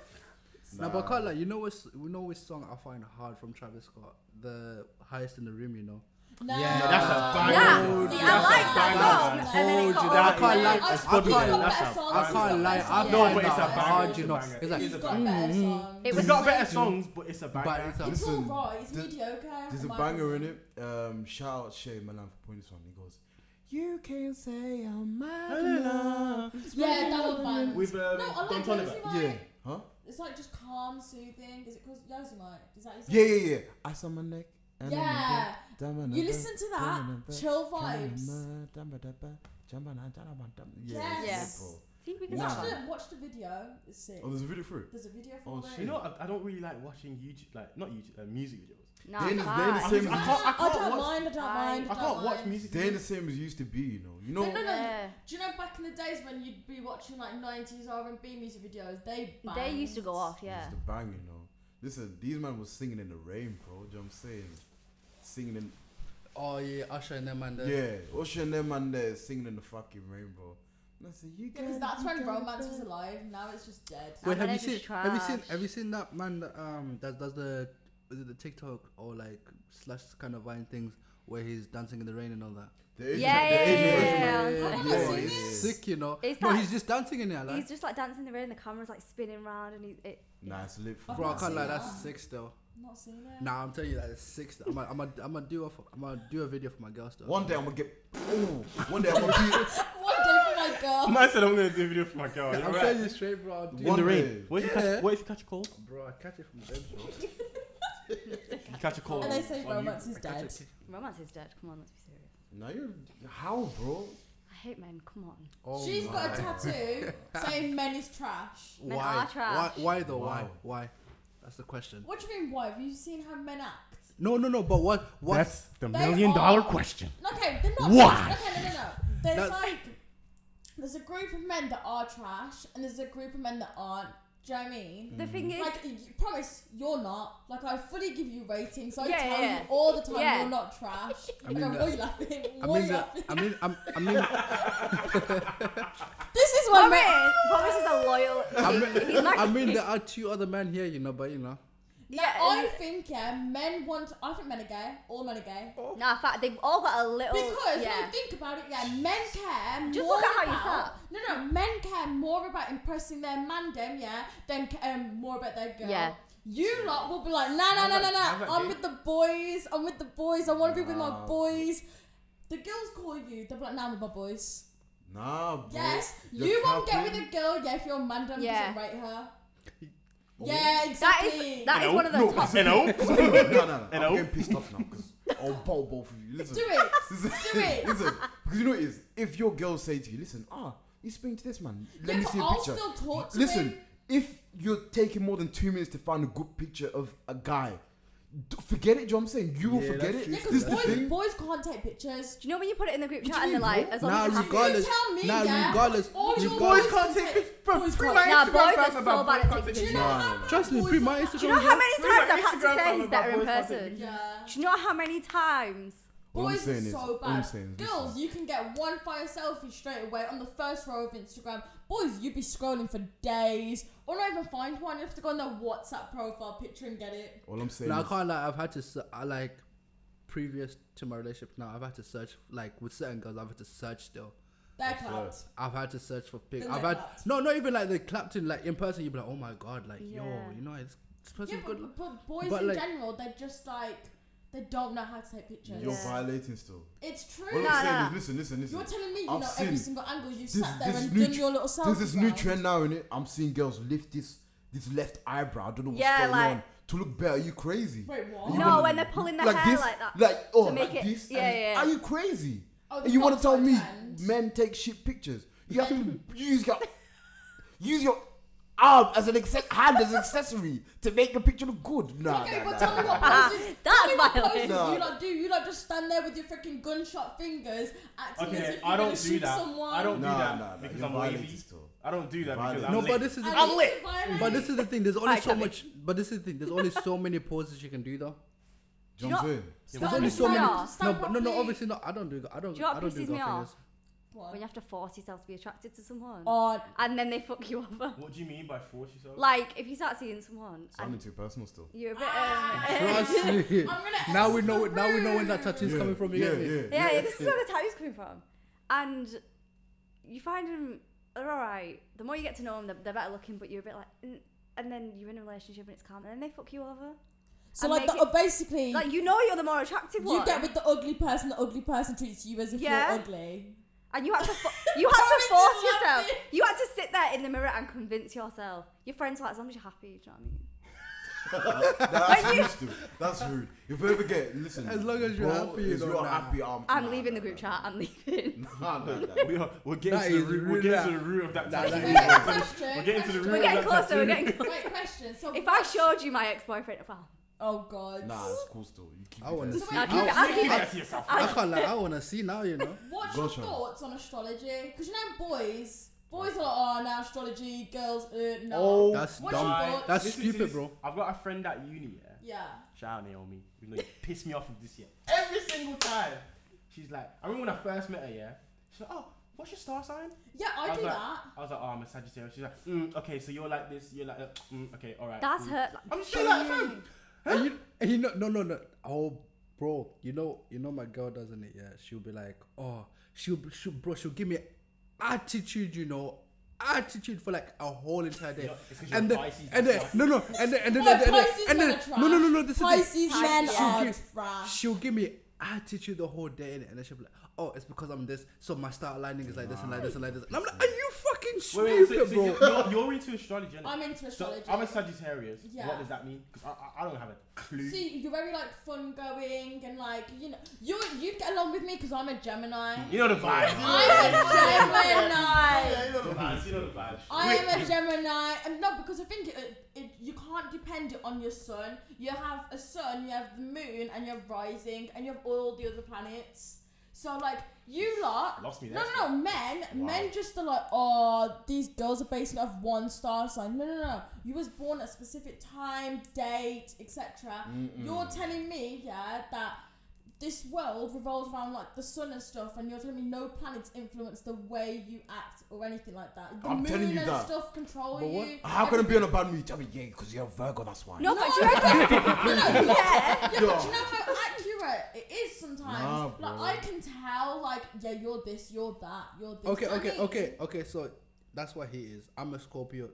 Speaker 5: Nah, but Carla, you know what's you know which song I find hard from Travis Scott? The highest in the room, you know.
Speaker 2: Nah.
Speaker 5: Yeah,
Speaker 3: That's a
Speaker 5: Uh,
Speaker 3: banger.
Speaker 1: Yeah,
Speaker 3: dude.
Speaker 1: see, I
Speaker 3: That's a
Speaker 1: like that
Speaker 3: banger.
Speaker 1: song. And then it
Speaker 5: Told you
Speaker 1: got
Speaker 5: that. I can't
Speaker 1: overplayed.
Speaker 5: lie.
Speaker 2: It's
Speaker 5: I can't
Speaker 2: got
Speaker 5: lie.
Speaker 2: better
Speaker 3: That's a
Speaker 2: songs,
Speaker 5: I
Speaker 2: Oh, it's
Speaker 5: can't
Speaker 2: got
Speaker 5: lie.
Speaker 2: better
Speaker 5: I
Speaker 2: songs.
Speaker 3: No,
Speaker 5: can't
Speaker 3: but it's
Speaker 5: lie.
Speaker 3: a banger.
Speaker 5: Hard,
Speaker 3: It's
Speaker 5: you
Speaker 3: a
Speaker 5: know.
Speaker 3: banger.
Speaker 5: It's like
Speaker 2: He's got better
Speaker 5: Mm-hmm.
Speaker 2: songs.
Speaker 1: It
Speaker 3: It's
Speaker 1: was
Speaker 3: got
Speaker 1: really
Speaker 3: better songs, but it's a
Speaker 5: But
Speaker 3: banger.
Speaker 5: it's a-
Speaker 2: It's all
Speaker 4: Listen,
Speaker 2: right. It's
Speaker 4: there's-
Speaker 2: mediocre.
Speaker 4: There's a
Speaker 2: Come on.
Speaker 4: banger in it. Um, shout out Shay Milan for pointing this one. He goes, "You can say I'm mad
Speaker 2: Yeah, that one bang.
Speaker 3: With um,
Speaker 2: no, I like
Speaker 3: Don Toliver.
Speaker 2: Rosie
Speaker 4: Yeah,
Speaker 2: Mike.
Speaker 4: huh?
Speaker 2: It's like just calm, soothing. Is it called Yosemite? Is that his
Speaker 4: Yeah, yeah, yeah. I saw my neck. and I'm a
Speaker 2: Yeah.
Speaker 4: bit dumb and
Speaker 2: You
Speaker 4: I'm
Speaker 2: listen to
Speaker 4: dumb
Speaker 2: that,
Speaker 4: and I'm bad.
Speaker 2: Chill vibes.
Speaker 4: Dumb and I'm bad, dumb and I'm bad, dumb and I'm bad, dumb and I'm bad. Yeah,
Speaker 2: Yes.
Speaker 4: it's
Speaker 1: Yes.
Speaker 4: simple.
Speaker 1: See, we can
Speaker 4: Nah.
Speaker 2: Watch
Speaker 1: tell.
Speaker 2: the, watch the video. It's sick.
Speaker 4: Oh, there's a video for it.
Speaker 2: There's a video
Speaker 4: Oh,
Speaker 2: for it.
Speaker 4: shit.
Speaker 3: You know, I, I don't really like watching YouTube, like not YouTube, uh, music videos.
Speaker 1: Nah,
Speaker 4: They're in the-
Speaker 1: fuck.
Speaker 4: they're in the
Speaker 3: I,
Speaker 4: Same
Speaker 3: just- I
Speaker 4: as-
Speaker 3: can't, I
Speaker 2: I
Speaker 3: can't
Speaker 2: don't
Speaker 3: watch.
Speaker 2: mind. I don't
Speaker 1: I-
Speaker 2: mind.
Speaker 3: I can't
Speaker 2: don't
Speaker 3: watch
Speaker 2: mind.
Speaker 3: music.
Speaker 4: They're the
Speaker 3: videos.
Speaker 4: same as used to be, you know. You know,
Speaker 2: [laughs] No, no, no.
Speaker 1: Yeah.
Speaker 2: Do you know back in the days when you'd be watching like 90s R&B music videos, they banged.
Speaker 1: They used to go off, yeah.
Speaker 4: used to bang, you know. Listen, these man was singing in the rain, bro. Do you know what I'm saying? Singing in
Speaker 5: Oh yeah, Usher and them and the
Speaker 4: Yeah, Usher and them man there singing in the fucking rainbow. And I said, you
Speaker 2: Because
Speaker 4: got-
Speaker 2: that's
Speaker 4: you
Speaker 2: when
Speaker 4: got
Speaker 2: romance
Speaker 4: that."
Speaker 2: was alive. Now it's just dead.
Speaker 1: Nah,
Speaker 5: Wait, have
Speaker 1: they're
Speaker 5: you
Speaker 1: just
Speaker 5: seen? Have you seen?
Speaker 1: trash.
Speaker 5: Have you seen that man that um that does the is it the TikTok or like slash kind of vine things where he's dancing in the rain and all that?
Speaker 4: The Asian-
Speaker 1: Yeah,
Speaker 4: the
Speaker 1: yeah,
Speaker 4: Asian
Speaker 1: yeah,
Speaker 4: version
Speaker 1: yeah,
Speaker 4: of
Speaker 1: yeah.
Speaker 4: it.
Speaker 1: Have
Speaker 2: you
Speaker 5: yeah,
Speaker 2: seen
Speaker 5: it's
Speaker 4: this?
Speaker 5: sick, you know.
Speaker 1: It's
Speaker 5: no,
Speaker 1: like-
Speaker 5: he's just dancing in there, like.
Speaker 1: He's just like dancing in the rain. The camera's like spinning round, and he's it.
Speaker 4: Nah, it's lit. for
Speaker 2: I've
Speaker 5: Bro, I
Speaker 4: me.
Speaker 5: can't lie,
Speaker 2: that.
Speaker 5: that's sick still.
Speaker 2: I'm not seeing it.
Speaker 5: Nah, I'm telling you that it's sick still. I'm gonna I'm gonna do a I'm gonna do a video for my girl still.
Speaker 4: One day I'm gonna get. Ooh, one day I'm [laughs] gonna
Speaker 2: One day for my girl.
Speaker 3: Man said I'm gonna do a video for my girl.
Speaker 5: I'm
Speaker 3: you're right.
Speaker 5: telling you straight, bro. I'll do
Speaker 3: In
Speaker 4: One
Speaker 3: the
Speaker 4: day.
Speaker 3: rain. What if you
Speaker 5: Yeah.
Speaker 3: catch? What if you catch a cold?
Speaker 5: Bro, I catch it from them, bro.
Speaker 3: You catch a cold.
Speaker 2: And they say
Speaker 3: on you-
Speaker 2: romance is dead.
Speaker 1: Romance is dead. Come on, let's be serious.
Speaker 4: be. now you're how, bro?
Speaker 1: I hate men. Come on.
Speaker 5: Oh
Speaker 2: She's got a
Speaker 5: my. [laughs]
Speaker 2: tattoo saying men is trash.
Speaker 1: Men
Speaker 5: Oh why?
Speaker 1: are trash.
Speaker 5: Why? Why though? Why?
Speaker 4: Wow.
Speaker 5: Why? That's the question.
Speaker 2: What do you mean, why? Have you seen how men act?
Speaker 5: No, no, no. But what? What?
Speaker 3: That's the
Speaker 2: They
Speaker 3: million
Speaker 2: are-
Speaker 3: dollar question.
Speaker 2: No, Okay, they're not.
Speaker 3: Why?
Speaker 2: Okay, no, no, no. There's
Speaker 5: That-
Speaker 2: like, there's a group of men that are trash, and there's a group of men that aren't. Do you know what I mean?
Speaker 1: The thing
Speaker 5: Mm.
Speaker 1: is,
Speaker 2: Like, you promise you're not. Like, I fully give you ratings. I
Speaker 1: Yeah,
Speaker 2: tell
Speaker 1: yeah.
Speaker 2: you all the time
Speaker 1: Yeah.
Speaker 2: you're not trash. I
Speaker 5: I
Speaker 2: mean,
Speaker 5: mean
Speaker 2: like,
Speaker 5: that-
Speaker 2: why are you laughing?
Speaker 5: I
Speaker 2: Why are
Speaker 5: mean,
Speaker 2: you
Speaker 5: the,
Speaker 2: laughing?
Speaker 5: I mean, I'm, I mean,
Speaker 2: This is my
Speaker 1: Boris,
Speaker 2: man.
Speaker 1: Boris is a [laughs] loyal.
Speaker 5: I mean,
Speaker 1: He's like,
Speaker 5: I mean, there are two other men here, you know. But you know,
Speaker 1: yeah,
Speaker 2: I think yeah, men want. I think men are gay. All men are gay.
Speaker 1: nah, in fact, they've all got a little.
Speaker 2: Because
Speaker 1: Oh, yeah.
Speaker 2: when you think about it, yeah, men care
Speaker 1: Just
Speaker 2: more
Speaker 1: look at how you
Speaker 2: about no, no, men care more about impressing their man dem, yeah, than ca- um, more about their girl.
Speaker 1: Yeah.
Speaker 2: You lot will be like, nah, nah, nah, nah,
Speaker 3: I'm
Speaker 2: nah.
Speaker 3: like-
Speaker 2: I'm
Speaker 3: I'm
Speaker 2: with the boys. I'm with the boys. I want to be with my
Speaker 4: Nah.
Speaker 2: boys. The girls call you. They'll be like, nah, I'm with my boys.
Speaker 4: Nah, bro.
Speaker 2: Yes,
Speaker 4: You're
Speaker 2: you won't get with
Speaker 4: capping.
Speaker 2: a girl, yeah, if your man dem
Speaker 1: Yeah.
Speaker 2: doesn't rate her. Yeah,
Speaker 1: that
Speaker 2: exactly.
Speaker 1: is that is
Speaker 3: Hello?
Speaker 1: one of the
Speaker 3: [laughs] No,
Speaker 1: top.
Speaker 3: hello?
Speaker 2: [laughs]
Speaker 5: [laughs]
Speaker 4: no, no, no.
Speaker 3: Hello?
Speaker 4: I'm getting pissed off now because I'll bowl both of you. Listen,
Speaker 2: Do
Speaker 4: [laughs]
Speaker 2: it.
Speaker 4: Listen,
Speaker 2: Do it.
Speaker 4: listen, because you know what it is. If your girl say to you, "Listen, ah, you speaking to this man? Let
Speaker 2: yeah,
Speaker 4: me
Speaker 2: but
Speaker 4: see a
Speaker 2: I'll
Speaker 4: picture."
Speaker 2: still talk to
Speaker 4: Listen,
Speaker 2: him.
Speaker 4: if you're taking more than two minutes to find a good picture of a guy, d- forget it. Do you know what I'm saying? You will
Speaker 5: Yeah,
Speaker 4: forget
Speaker 5: that's
Speaker 4: it.
Speaker 5: true.
Speaker 2: Yeah,
Speaker 4: This is
Speaker 2: because
Speaker 4: the
Speaker 2: boys,
Speaker 4: thing.
Speaker 2: boys can't take pictures.
Speaker 1: Do you know when you put it in the group
Speaker 4: What
Speaker 1: chat and
Speaker 4: do you
Speaker 1: they're
Speaker 4: mean,
Speaker 1: like,
Speaker 4: bro?
Speaker 1: as long
Speaker 5: now
Speaker 1: as you're happy.
Speaker 5: regardless,
Speaker 2: tell me,
Speaker 5: now
Speaker 2: yeah.
Speaker 5: regardless,
Speaker 2: All your
Speaker 5: regardless.
Speaker 2: boys can't take
Speaker 3: Bro,
Speaker 2: Boys can't-
Speaker 1: Nah, boys
Speaker 3: Instagram
Speaker 1: are
Speaker 3: fans
Speaker 1: so
Speaker 3: about
Speaker 1: bad at
Speaker 3: boys
Speaker 1: taking
Speaker 2: Do you know
Speaker 4: No,
Speaker 2: how
Speaker 4: no,
Speaker 2: many
Speaker 4: no.
Speaker 5: Trust me,
Speaker 2: boys
Speaker 5: pre
Speaker 2: are-
Speaker 5: my Instagram.
Speaker 1: Do you know how many
Speaker 3: Look at
Speaker 1: times I've had to
Speaker 3: Instagram
Speaker 1: say
Speaker 3: fans
Speaker 1: he's
Speaker 3: about
Speaker 1: better in
Speaker 3: boys passing.
Speaker 1: person?
Speaker 2: Yeah.
Speaker 1: Do you know how many times?
Speaker 4: All I'm
Speaker 2: Boys
Speaker 4: saying
Speaker 2: are
Speaker 4: is,
Speaker 2: so
Speaker 4: all
Speaker 2: bad.
Speaker 4: I'm saying is,
Speaker 2: Girls,
Speaker 4: listen,
Speaker 2: you can get one fire selfie straight away on the first row of Instagram. Boys, you'd be scrolling for days or not even find one. You have to go on their WhatsApp profile picture and get it.
Speaker 4: all I'm saying.
Speaker 5: No, I
Speaker 4: Is,
Speaker 5: can't lie. I've had to se- I like previous to my relationship. Now I've had to search like with certain girls. I've had to search still.
Speaker 2: They're
Speaker 4: That's
Speaker 2: clapped.
Speaker 5: I've had to search for pics.
Speaker 2: Then
Speaker 5: I've
Speaker 2: they
Speaker 5: had
Speaker 2: clapped.
Speaker 5: no, not even like they clapped in like in person. You'd be like, oh my god, like
Speaker 1: Yeah.
Speaker 5: yo, you know, it's, this
Speaker 2: Yeah,
Speaker 5: person's good.
Speaker 2: but, but boys
Speaker 5: But,
Speaker 2: in
Speaker 5: like-
Speaker 2: general, they're just like they don't know how to take pictures.
Speaker 4: you're
Speaker 1: Yeah.
Speaker 4: violating still.
Speaker 2: It's true.
Speaker 4: All I'm
Speaker 1: Nah,
Speaker 4: saying
Speaker 1: nah.
Speaker 4: is, listen, listen, listen.
Speaker 2: You're telling me you
Speaker 4: I've
Speaker 2: know every
Speaker 4: seen-
Speaker 2: single angle. You
Speaker 4: this-
Speaker 2: sat there
Speaker 4: this
Speaker 2: and
Speaker 4: new
Speaker 2: done
Speaker 4: tr-
Speaker 2: your little selfie.
Speaker 4: There's this new
Speaker 2: round.
Speaker 4: trend now in it. I'm seeing girls lift this this left eyebrow. I don't know what's
Speaker 1: Yeah,
Speaker 4: going
Speaker 1: like-
Speaker 4: on. To look better, are you crazy?
Speaker 2: Wait, what?
Speaker 4: You
Speaker 1: No,
Speaker 4: wanna-
Speaker 1: when they're pulling their hair
Speaker 4: this,
Speaker 1: like that
Speaker 4: Like oh,
Speaker 1: to make it-
Speaker 4: like this.
Speaker 1: yeah,
Speaker 4: and-
Speaker 1: yeah.
Speaker 4: Are you crazy?
Speaker 2: Oh,
Speaker 4: And you want to tell me
Speaker 2: Photoshop trend.
Speaker 4: men take shit pictures?
Speaker 1: [laughs]
Speaker 4: You have to use your use your arm as an acce- hand as an accessory to make the picture look good. Nah,
Speaker 2: Okay,
Speaker 4: nah,
Speaker 2: but
Speaker 4: nah,
Speaker 2: tell me
Speaker 5: [laughs]
Speaker 4: nah.
Speaker 2: what
Speaker 1: Ah,
Speaker 2: poses.
Speaker 1: [laughs] that's
Speaker 2: tell me what poses
Speaker 1: violent.
Speaker 4: No.
Speaker 2: you lot do. You lot just stand there with your freaking gunshot fingers, acting as
Speaker 3: Okay,
Speaker 2: if you're
Speaker 3: I
Speaker 2: gonna
Speaker 3: don't do
Speaker 2: shoot
Speaker 3: that.
Speaker 2: someone.
Speaker 3: I don't do
Speaker 4: Nah,
Speaker 3: that
Speaker 4: nah, nah,
Speaker 3: because
Speaker 4: you're
Speaker 3: I'm
Speaker 4: violating
Speaker 3: wavy.
Speaker 4: still.
Speaker 3: I don't do that because
Speaker 4: Violating.
Speaker 3: I'm
Speaker 5: No,
Speaker 3: late.
Speaker 5: but this is
Speaker 2: And
Speaker 5: the,
Speaker 2: it's
Speaker 3: lit.
Speaker 2: violent.
Speaker 5: but this is the thing. There's only
Speaker 1: Alright,
Speaker 5: so
Speaker 1: Chadwick.
Speaker 5: much. But this is the thing. There's only so many poses you can do though.
Speaker 4: Do you know what I'm saying?
Speaker 2: Stand
Speaker 5: There's
Speaker 2: on
Speaker 5: only
Speaker 2: the
Speaker 5: so many.
Speaker 2: floor,
Speaker 1: No,
Speaker 5: No,
Speaker 2: stand
Speaker 5: but no, no.
Speaker 2: properly.
Speaker 5: Obviously not. I don't do. I don't.
Speaker 1: Do you know what
Speaker 5: I don't do
Speaker 1: pisses me
Speaker 5: girl
Speaker 1: off?
Speaker 5: fingers.
Speaker 2: What?
Speaker 1: When you have to force yourself to be attracted to someone,
Speaker 2: Oh,
Speaker 1: and then they fuck you over.
Speaker 3: What do you mean by force yourself?
Speaker 1: Like if you start seeing someone, and
Speaker 4: Sounding too personal still.
Speaker 1: you're a bit.
Speaker 2: Ah.
Speaker 1: um,
Speaker 5: Trust
Speaker 2: [laughs]
Speaker 5: me.
Speaker 2: I'm gonna
Speaker 5: now we know. Now we know when that tattoo's coming from. You
Speaker 4: yeah,
Speaker 5: get me?
Speaker 4: yeah,
Speaker 1: Yeah, this is where the tattoos coming from. And you find them, they're all right. The more you get to know them, they're, they're better looking, but you're a bit like, "Mm," and then you're in a relationship and it's calm, and then they fuck you over.
Speaker 2: So
Speaker 1: And
Speaker 2: like,
Speaker 1: make
Speaker 2: the,
Speaker 1: it-
Speaker 2: basically,
Speaker 1: Like, you know you're the more attractive
Speaker 2: you
Speaker 1: one.
Speaker 2: get with the ugly person. The ugly person treats you as if
Speaker 1: Yeah.
Speaker 2: you're ugly.
Speaker 1: [laughs] and you had to, fo- you had to
Speaker 2: Sorry,
Speaker 1: force
Speaker 2: just
Speaker 1: yourself.
Speaker 2: laughing.
Speaker 1: You had to sit there in the mirror and convince yourself. Your friends were like, as long as you're happy, do you know what I mean?
Speaker 4: That's
Speaker 1: When you-
Speaker 4: rude. Still. That's rude. If you ever get, listen.
Speaker 5: As long as you're
Speaker 4: bro,
Speaker 5: happy, you
Speaker 4: if
Speaker 5: know,
Speaker 4: you're
Speaker 5: nah.
Speaker 4: happy, I'm.
Speaker 1: I'm
Speaker 4: nah,
Speaker 1: leaving the
Speaker 4: nah,
Speaker 1: group
Speaker 4: nah.
Speaker 1: chat. I'm leaving.
Speaker 4: [laughs] Nah, nah,
Speaker 5: [laughs]
Speaker 4: nah.
Speaker 3: We are, we're getting
Speaker 5: That
Speaker 3: to the
Speaker 5: is
Speaker 3: root. We're
Speaker 5: rude,
Speaker 3: getting
Speaker 5: that-
Speaker 3: to the root of that.
Speaker 5: Nah, that
Speaker 3: tattoo.
Speaker 5: is rude.
Speaker 3: We're getting to the root
Speaker 1: We're
Speaker 3: of
Speaker 1: getting
Speaker 3: that.
Speaker 1: closer. We're
Speaker 3: tattoo.
Speaker 1: getting closer.
Speaker 2: Wait, question. So
Speaker 1: If I
Speaker 2: what-
Speaker 1: showed you my ex-boyfriend, well,
Speaker 2: oh god,
Speaker 4: Nah, it's cool still. You keep
Speaker 5: I
Speaker 4: it
Speaker 5: wanna
Speaker 4: there.
Speaker 5: see.
Speaker 1: I'll keep
Speaker 5: I-
Speaker 1: it. I'll keep
Speaker 3: Keep
Speaker 1: it.
Speaker 3: that to yourself.
Speaker 5: I can't lie. I wanna see now. You know.
Speaker 2: What's
Speaker 4: Gotcha.
Speaker 2: your thoughts on astrology? Because you know, boys, boys are like, oh, now astrology, girls, uh, no.
Speaker 3: Oh
Speaker 5: That's
Speaker 2: What
Speaker 5: dumb.
Speaker 2: you
Speaker 3: my.
Speaker 2: thought?
Speaker 5: That's
Speaker 3: Listen to
Speaker 5: stupid,
Speaker 3: this.
Speaker 5: bro.
Speaker 3: I've got a friend at uni, yeah.
Speaker 2: Yeah.
Speaker 3: Shout out Naomi. You know, you pissed me off with this year. Every single time. She's like, I remember when I first met her, yeah. She's like, oh, what's your star sign?
Speaker 2: Yeah, I,
Speaker 3: I was
Speaker 2: do
Speaker 3: like-
Speaker 2: that.
Speaker 3: I was like, oh, I'm a Sagittarius. She's like, mm, okay, so you're like this, you're like that. Mm, okay, all right.
Speaker 1: that's
Speaker 3: mm.
Speaker 1: hurt.
Speaker 3: I'm just like, fam.
Speaker 5: And you, and you know, no, no, no. Oh, bro, you know, you know, my girl doesn't it. Yeah, she'll be like, oh, she'll, she bro, she'll give me attitude, you know, attitude for like a whole entire day.
Speaker 3: Yeah, it's 'cause
Speaker 5: and
Speaker 3: you're
Speaker 5: then,
Speaker 3: Pisces,
Speaker 5: and then,
Speaker 3: that's
Speaker 5: no, no, and then, and then,
Speaker 2: Boy,
Speaker 5: and then,
Speaker 2: Pisces
Speaker 5: and
Speaker 2: men
Speaker 5: then,
Speaker 2: are
Speaker 5: no, no, no,
Speaker 2: trash.
Speaker 5: no. This is the-
Speaker 2: Pisces men
Speaker 1: Pisces.
Speaker 2: are
Speaker 5: She'll
Speaker 2: trash.
Speaker 5: She'll give me attitude the whole day, innit? and then she'll be like, "Oh, it's because I'm this, so my star aligning is like this and like this and like this." And I'm like, "Are you fucking
Speaker 3: Wait, wait,
Speaker 5: stupid,
Speaker 3: so, so
Speaker 5: bro?"
Speaker 3: you're, you're into astrology, innit?
Speaker 2: I'm into
Speaker 3: So
Speaker 2: astrology.
Speaker 3: I'm a Sagittarius.
Speaker 2: Yeah.
Speaker 3: What does that mean? Because I, I, I don't have a clue.
Speaker 2: See, you're very like fun going and like you know you you'd get along with me because I'm a Gemini.
Speaker 3: you know the vibes.
Speaker 2: I'm a Gemini.
Speaker 3: you know the vibes. You know the vibes.
Speaker 2: I am a Gemini. And no, because I think it, it, you can't depend it on your sun. You have a sun, you have the moon, and you have rising, and you have all the other planets. So like you lot,
Speaker 3: Lost me
Speaker 2: no,
Speaker 3: there.
Speaker 2: no, no, men,
Speaker 3: Wow.
Speaker 2: men just are like, oh, these girls are basically off one star sign. No, no, no, you was born at a specific time, date, etc. You're telling me, yeah, that this world revolves around like the sun and stuff, and you're telling me no planets influence the way you act or anything like that. The
Speaker 4: I'm
Speaker 2: moon
Speaker 4: telling you
Speaker 2: and
Speaker 4: that.
Speaker 2: stuff control
Speaker 5: But what-
Speaker 2: you.
Speaker 4: How can it be on a bad mood? Tell me, yeah, because you're a Virgo, that's why.
Speaker 1: No, but do you reckon? yeah.
Speaker 2: Yeah, but do you know how accurate it is sometimes?
Speaker 4: Nah, bro.
Speaker 2: like I can tell, like yeah, you're this, you're that, you're this.
Speaker 5: Okay,
Speaker 2: I
Speaker 5: okay,
Speaker 2: mean-
Speaker 5: okay, okay. So that's what he is. I'm a Scorpio.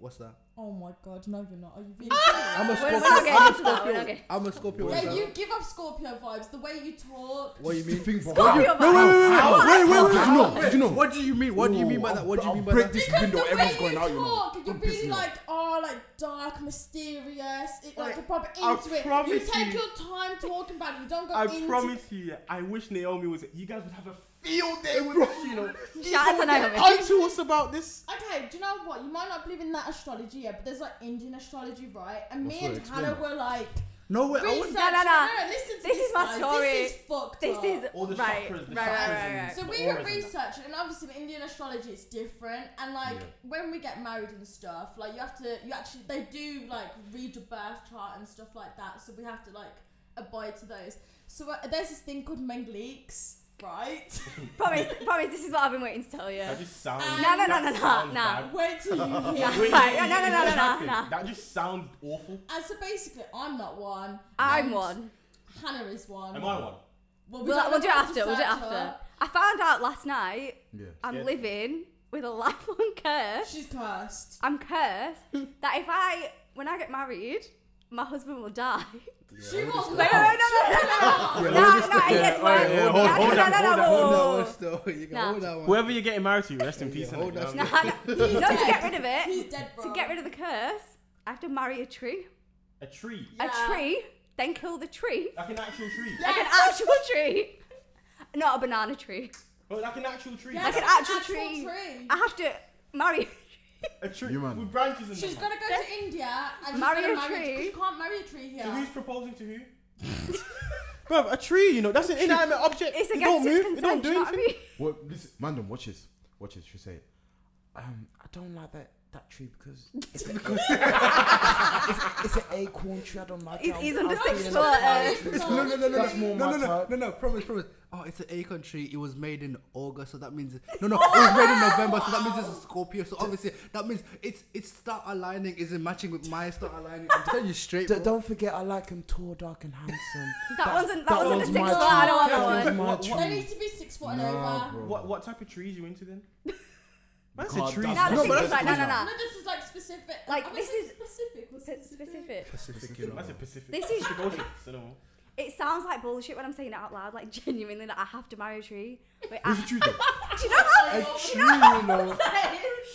Speaker 5: What's that?
Speaker 2: Oh my god, no, you're not. Are you
Speaker 4: [laughs]
Speaker 2: being serious?
Speaker 5: I'm a
Speaker 1: We're- we're
Speaker 5: Scorpio.
Speaker 1: not getting
Speaker 5: I'm a
Speaker 1: into that, we're not
Speaker 5: Scorpio.
Speaker 1: getting-
Speaker 5: I'm a Scorpio. What's
Speaker 2: Yeah,
Speaker 5: that?
Speaker 2: you give off Scorpio vibes. The way you talk.
Speaker 5: What do you mean?
Speaker 4: Think about
Speaker 1: Scorpio
Speaker 4: it.
Speaker 1: vibes.
Speaker 5: No, wait, wait, wait,
Speaker 1: Come on,
Speaker 5: wait,
Speaker 1: let's go.
Speaker 5: wait, wait.
Speaker 4: Did you know? Did you know?
Speaker 5: What do you mean? What do you mean by
Speaker 4: Ooh,
Speaker 5: that? What do you
Speaker 4: I'll
Speaker 5: mean by
Speaker 4: break
Speaker 5: that?
Speaker 4: this
Speaker 2: Because
Speaker 4: window.
Speaker 2: the way
Speaker 4: Everyone's
Speaker 2: you
Speaker 4: going out. You know.
Speaker 2: talk, you're
Speaker 4: I'm
Speaker 2: really
Speaker 4: pissing
Speaker 2: like,
Speaker 4: off.
Speaker 2: oh, like dark, mysterious. It, like,
Speaker 3: Alright,
Speaker 2: you're proper
Speaker 3: I
Speaker 2: into it. You
Speaker 3: promise
Speaker 2: take
Speaker 3: you-
Speaker 2: your time talking about it. You don't go
Speaker 3: I
Speaker 2: into
Speaker 3: promise you, I wish Naomi was. You guys would have a field day with this, you know.
Speaker 1: Shout out to Naomi.
Speaker 6: On to us about this.
Speaker 2: Okay, do you know what? You might not believe in that astrology, yeah, but there's like Indian astrology, right? And me
Speaker 4: What's
Speaker 2: and
Speaker 4: that? Explain
Speaker 2: Hannah
Speaker 4: it.
Speaker 2: were like,
Speaker 5: No, wait. I
Speaker 2: research.
Speaker 5: wouldn't.
Speaker 1: No, no, no.
Speaker 2: listen to
Speaker 1: This is my
Speaker 2: guys.
Speaker 1: story.
Speaker 2: This is fucked
Speaker 1: This
Speaker 2: up.
Speaker 1: is
Speaker 3: All the
Speaker 1: right,
Speaker 3: chakras, the
Speaker 1: right, right,
Speaker 3: chakras
Speaker 1: right,
Speaker 3: and-
Speaker 1: right.
Speaker 2: So
Speaker 3: The
Speaker 2: we were
Speaker 3: auras and that.
Speaker 2: researching, and obviously with Indian astrology it's different. And like
Speaker 4: Yeah.
Speaker 2: when we get married and stuff, like you have to, you actually they do like read your birth chart and stuff like that. So we have to like abide to those. So uh, there's this thing called Mengliques, right? [laughs]
Speaker 1: Promise, promise, this is what I've been waiting to tell you.
Speaker 3: That just sounds.
Speaker 1: No, no, no, no,
Speaker 3: that
Speaker 1: no,
Speaker 3: sounds
Speaker 1: no.
Speaker 3: bad.
Speaker 2: Wait till you hear.
Speaker 1: Wait. Right, no, no, no, no, no, no.
Speaker 3: That just sounds awful.
Speaker 2: And so basically, I'm not one.
Speaker 1: I'm
Speaker 2: and
Speaker 1: one.
Speaker 2: Hannah is one.
Speaker 3: Am I one?
Speaker 2: Well,
Speaker 1: We'll,
Speaker 2: don't
Speaker 1: we'll
Speaker 2: know
Speaker 1: do it
Speaker 2: what to
Speaker 1: after. We'll do it
Speaker 2: search
Speaker 1: after.
Speaker 2: up.
Speaker 1: I found out last night
Speaker 4: Yeah.
Speaker 1: I'm
Speaker 3: Yeah.
Speaker 1: living with a lifelong curse.
Speaker 2: She's cursed.
Speaker 1: I'm cursed that if I, when I get married, my husband will
Speaker 3: [laughs]
Speaker 1: die. [laughs]
Speaker 2: she was
Speaker 1: Wait, wait, wait, no, no, no, no, no. No,
Speaker 5: Yeah, hold
Speaker 1: no,
Speaker 5: this
Speaker 1: it
Speaker 5: down.
Speaker 1: gets
Speaker 5: Yeah, alright,
Speaker 1: worse. No, no,
Speaker 3: hold
Speaker 5: yeah, hold-
Speaker 1: no,
Speaker 3: on,
Speaker 1: no,
Speaker 3: hold
Speaker 1: no,
Speaker 3: on,
Speaker 1: whoa.
Speaker 3: hold
Speaker 5: No, it's still- You can
Speaker 1: Nah.
Speaker 5: hold that one.
Speaker 3: Whoever you're getting married to, rest in peace.
Speaker 5: Yeah,
Speaker 3: innit?
Speaker 5: hold
Speaker 3: You know
Speaker 5: that
Speaker 3: what I mean?
Speaker 1: Nah, nah. No, to get rid of
Speaker 2: [laughs] He's
Speaker 1: it,
Speaker 2: dead, bro.
Speaker 1: to get rid of the curse, I have to marry a tree.
Speaker 3: A tree.
Speaker 1: A tree, then kill the tree.
Speaker 3: Like an actual tree.
Speaker 1: Like an actual tree. [laughs] Not a banana tree.
Speaker 3: Well, like an actual tree.
Speaker 2: Yeah,
Speaker 1: Like an
Speaker 2: an
Speaker 1: actual
Speaker 2: actual
Speaker 1: tree.
Speaker 2: tree.
Speaker 1: I have to marry [laughs] a tree.
Speaker 3: A tree
Speaker 4: You man.
Speaker 3: with branches in
Speaker 2: She's
Speaker 3: them.
Speaker 2: gonna go to India and
Speaker 1: Marry
Speaker 2: she's
Speaker 1: a
Speaker 2: gonna marry
Speaker 1: tree.
Speaker 2: She can't marry a tree here.
Speaker 3: So who's proposing to
Speaker 4: [laughs]
Speaker 3: who? Bro, a tree, you know, that's an inanimate object.
Speaker 1: It's
Speaker 3: it
Speaker 1: against
Speaker 3: don't
Speaker 1: his
Speaker 3: move, it
Speaker 1: consent. Do
Speaker 3: don't do
Speaker 1: you know what I
Speaker 3: anything.
Speaker 1: mean?
Speaker 4: What? Listen, Mandem, watch this. Watch this. She said, um, I don't like that that tree
Speaker 1: [laughs]
Speaker 4: because it's, an acorn. it's, it's an acorn tree. I don't like
Speaker 1: He's,
Speaker 4: it.
Speaker 1: he's
Speaker 4: I'm
Speaker 1: under
Speaker 4: happy
Speaker 1: six
Speaker 4: in
Speaker 1: foot.
Speaker 4: it.
Speaker 1: Uh, [laughs]
Speaker 5: No, no, no, no,
Speaker 4: That's
Speaker 5: no,
Speaker 4: more
Speaker 5: no,
Speaker 4: my
Speaker 5: no, no,
Speaker 4: type.
Speaker 5: no, no, promise, promise. Oh, it's an acorn tree. It was made in August, so that means no, no, it was made in November, so that means it's a Scorpio. So obviously, that means it's its star aligning isn't matching with my star aligning. I'm telling you straight.
Speaker 4: D-
Speaker 5: bro.
Speaker 4: don't forget, I like him tall, dark, and handsome.
Speaker 1: [laughs] that wasn't that, wasn't a
Speaker 4: was
Speaker 1: six
Speaker 4: my
Speaker 1: foot. I
Speaker 4: tree.
Speaker 1: don't want
Speaker 3: Yeah,
Speaker 1: that one.
Speaker 4: That was my
Speaker 3: What-
Speaker 4: tree.
Speaker 3: what-
Speaker 2: They need to be six foot and
Speaker 4: Nah,
Speaker 2: over.
Speaker 4: bro.
Speaker 3: What what type of trees you into
Speaker 4: [laughs]
Speaker 3: then? Man
Speaker 4: God,
Speaker 3: said trees.
Speaker 4: that's-
Speaker 1: No,
Speaker 4: No,
Speaker 1: the
Speaker 4: but
Speaker 1: thing is like, no, no,
Speaker 2: No,
Speaker 1: no.
Speaker 2: this is like specific.
Speaker 1: Like,
Speaker 2: I would
Speaker 1: this
Speaker 2: say
Speaker 1: is-
Speaker 2: specific. What's
Speaker 1: It's specific.
Speaker 5: Pacific, you know.
Speaker 3: I said Pacific.
Speaker 1: This is- [laughs]
Speaker 3: Pacific Ocean. So no. [laughs]
Speaker 1: It sounds like bullshit when I'm saying it out loud. Like [laughs] genuinely, that I have to marry a tree. Wait, I,
Speaker 4: [laughs] Who's a tree though?
Speaker 1: [laughs] do you know what?
Speaker 4: A tree, you know.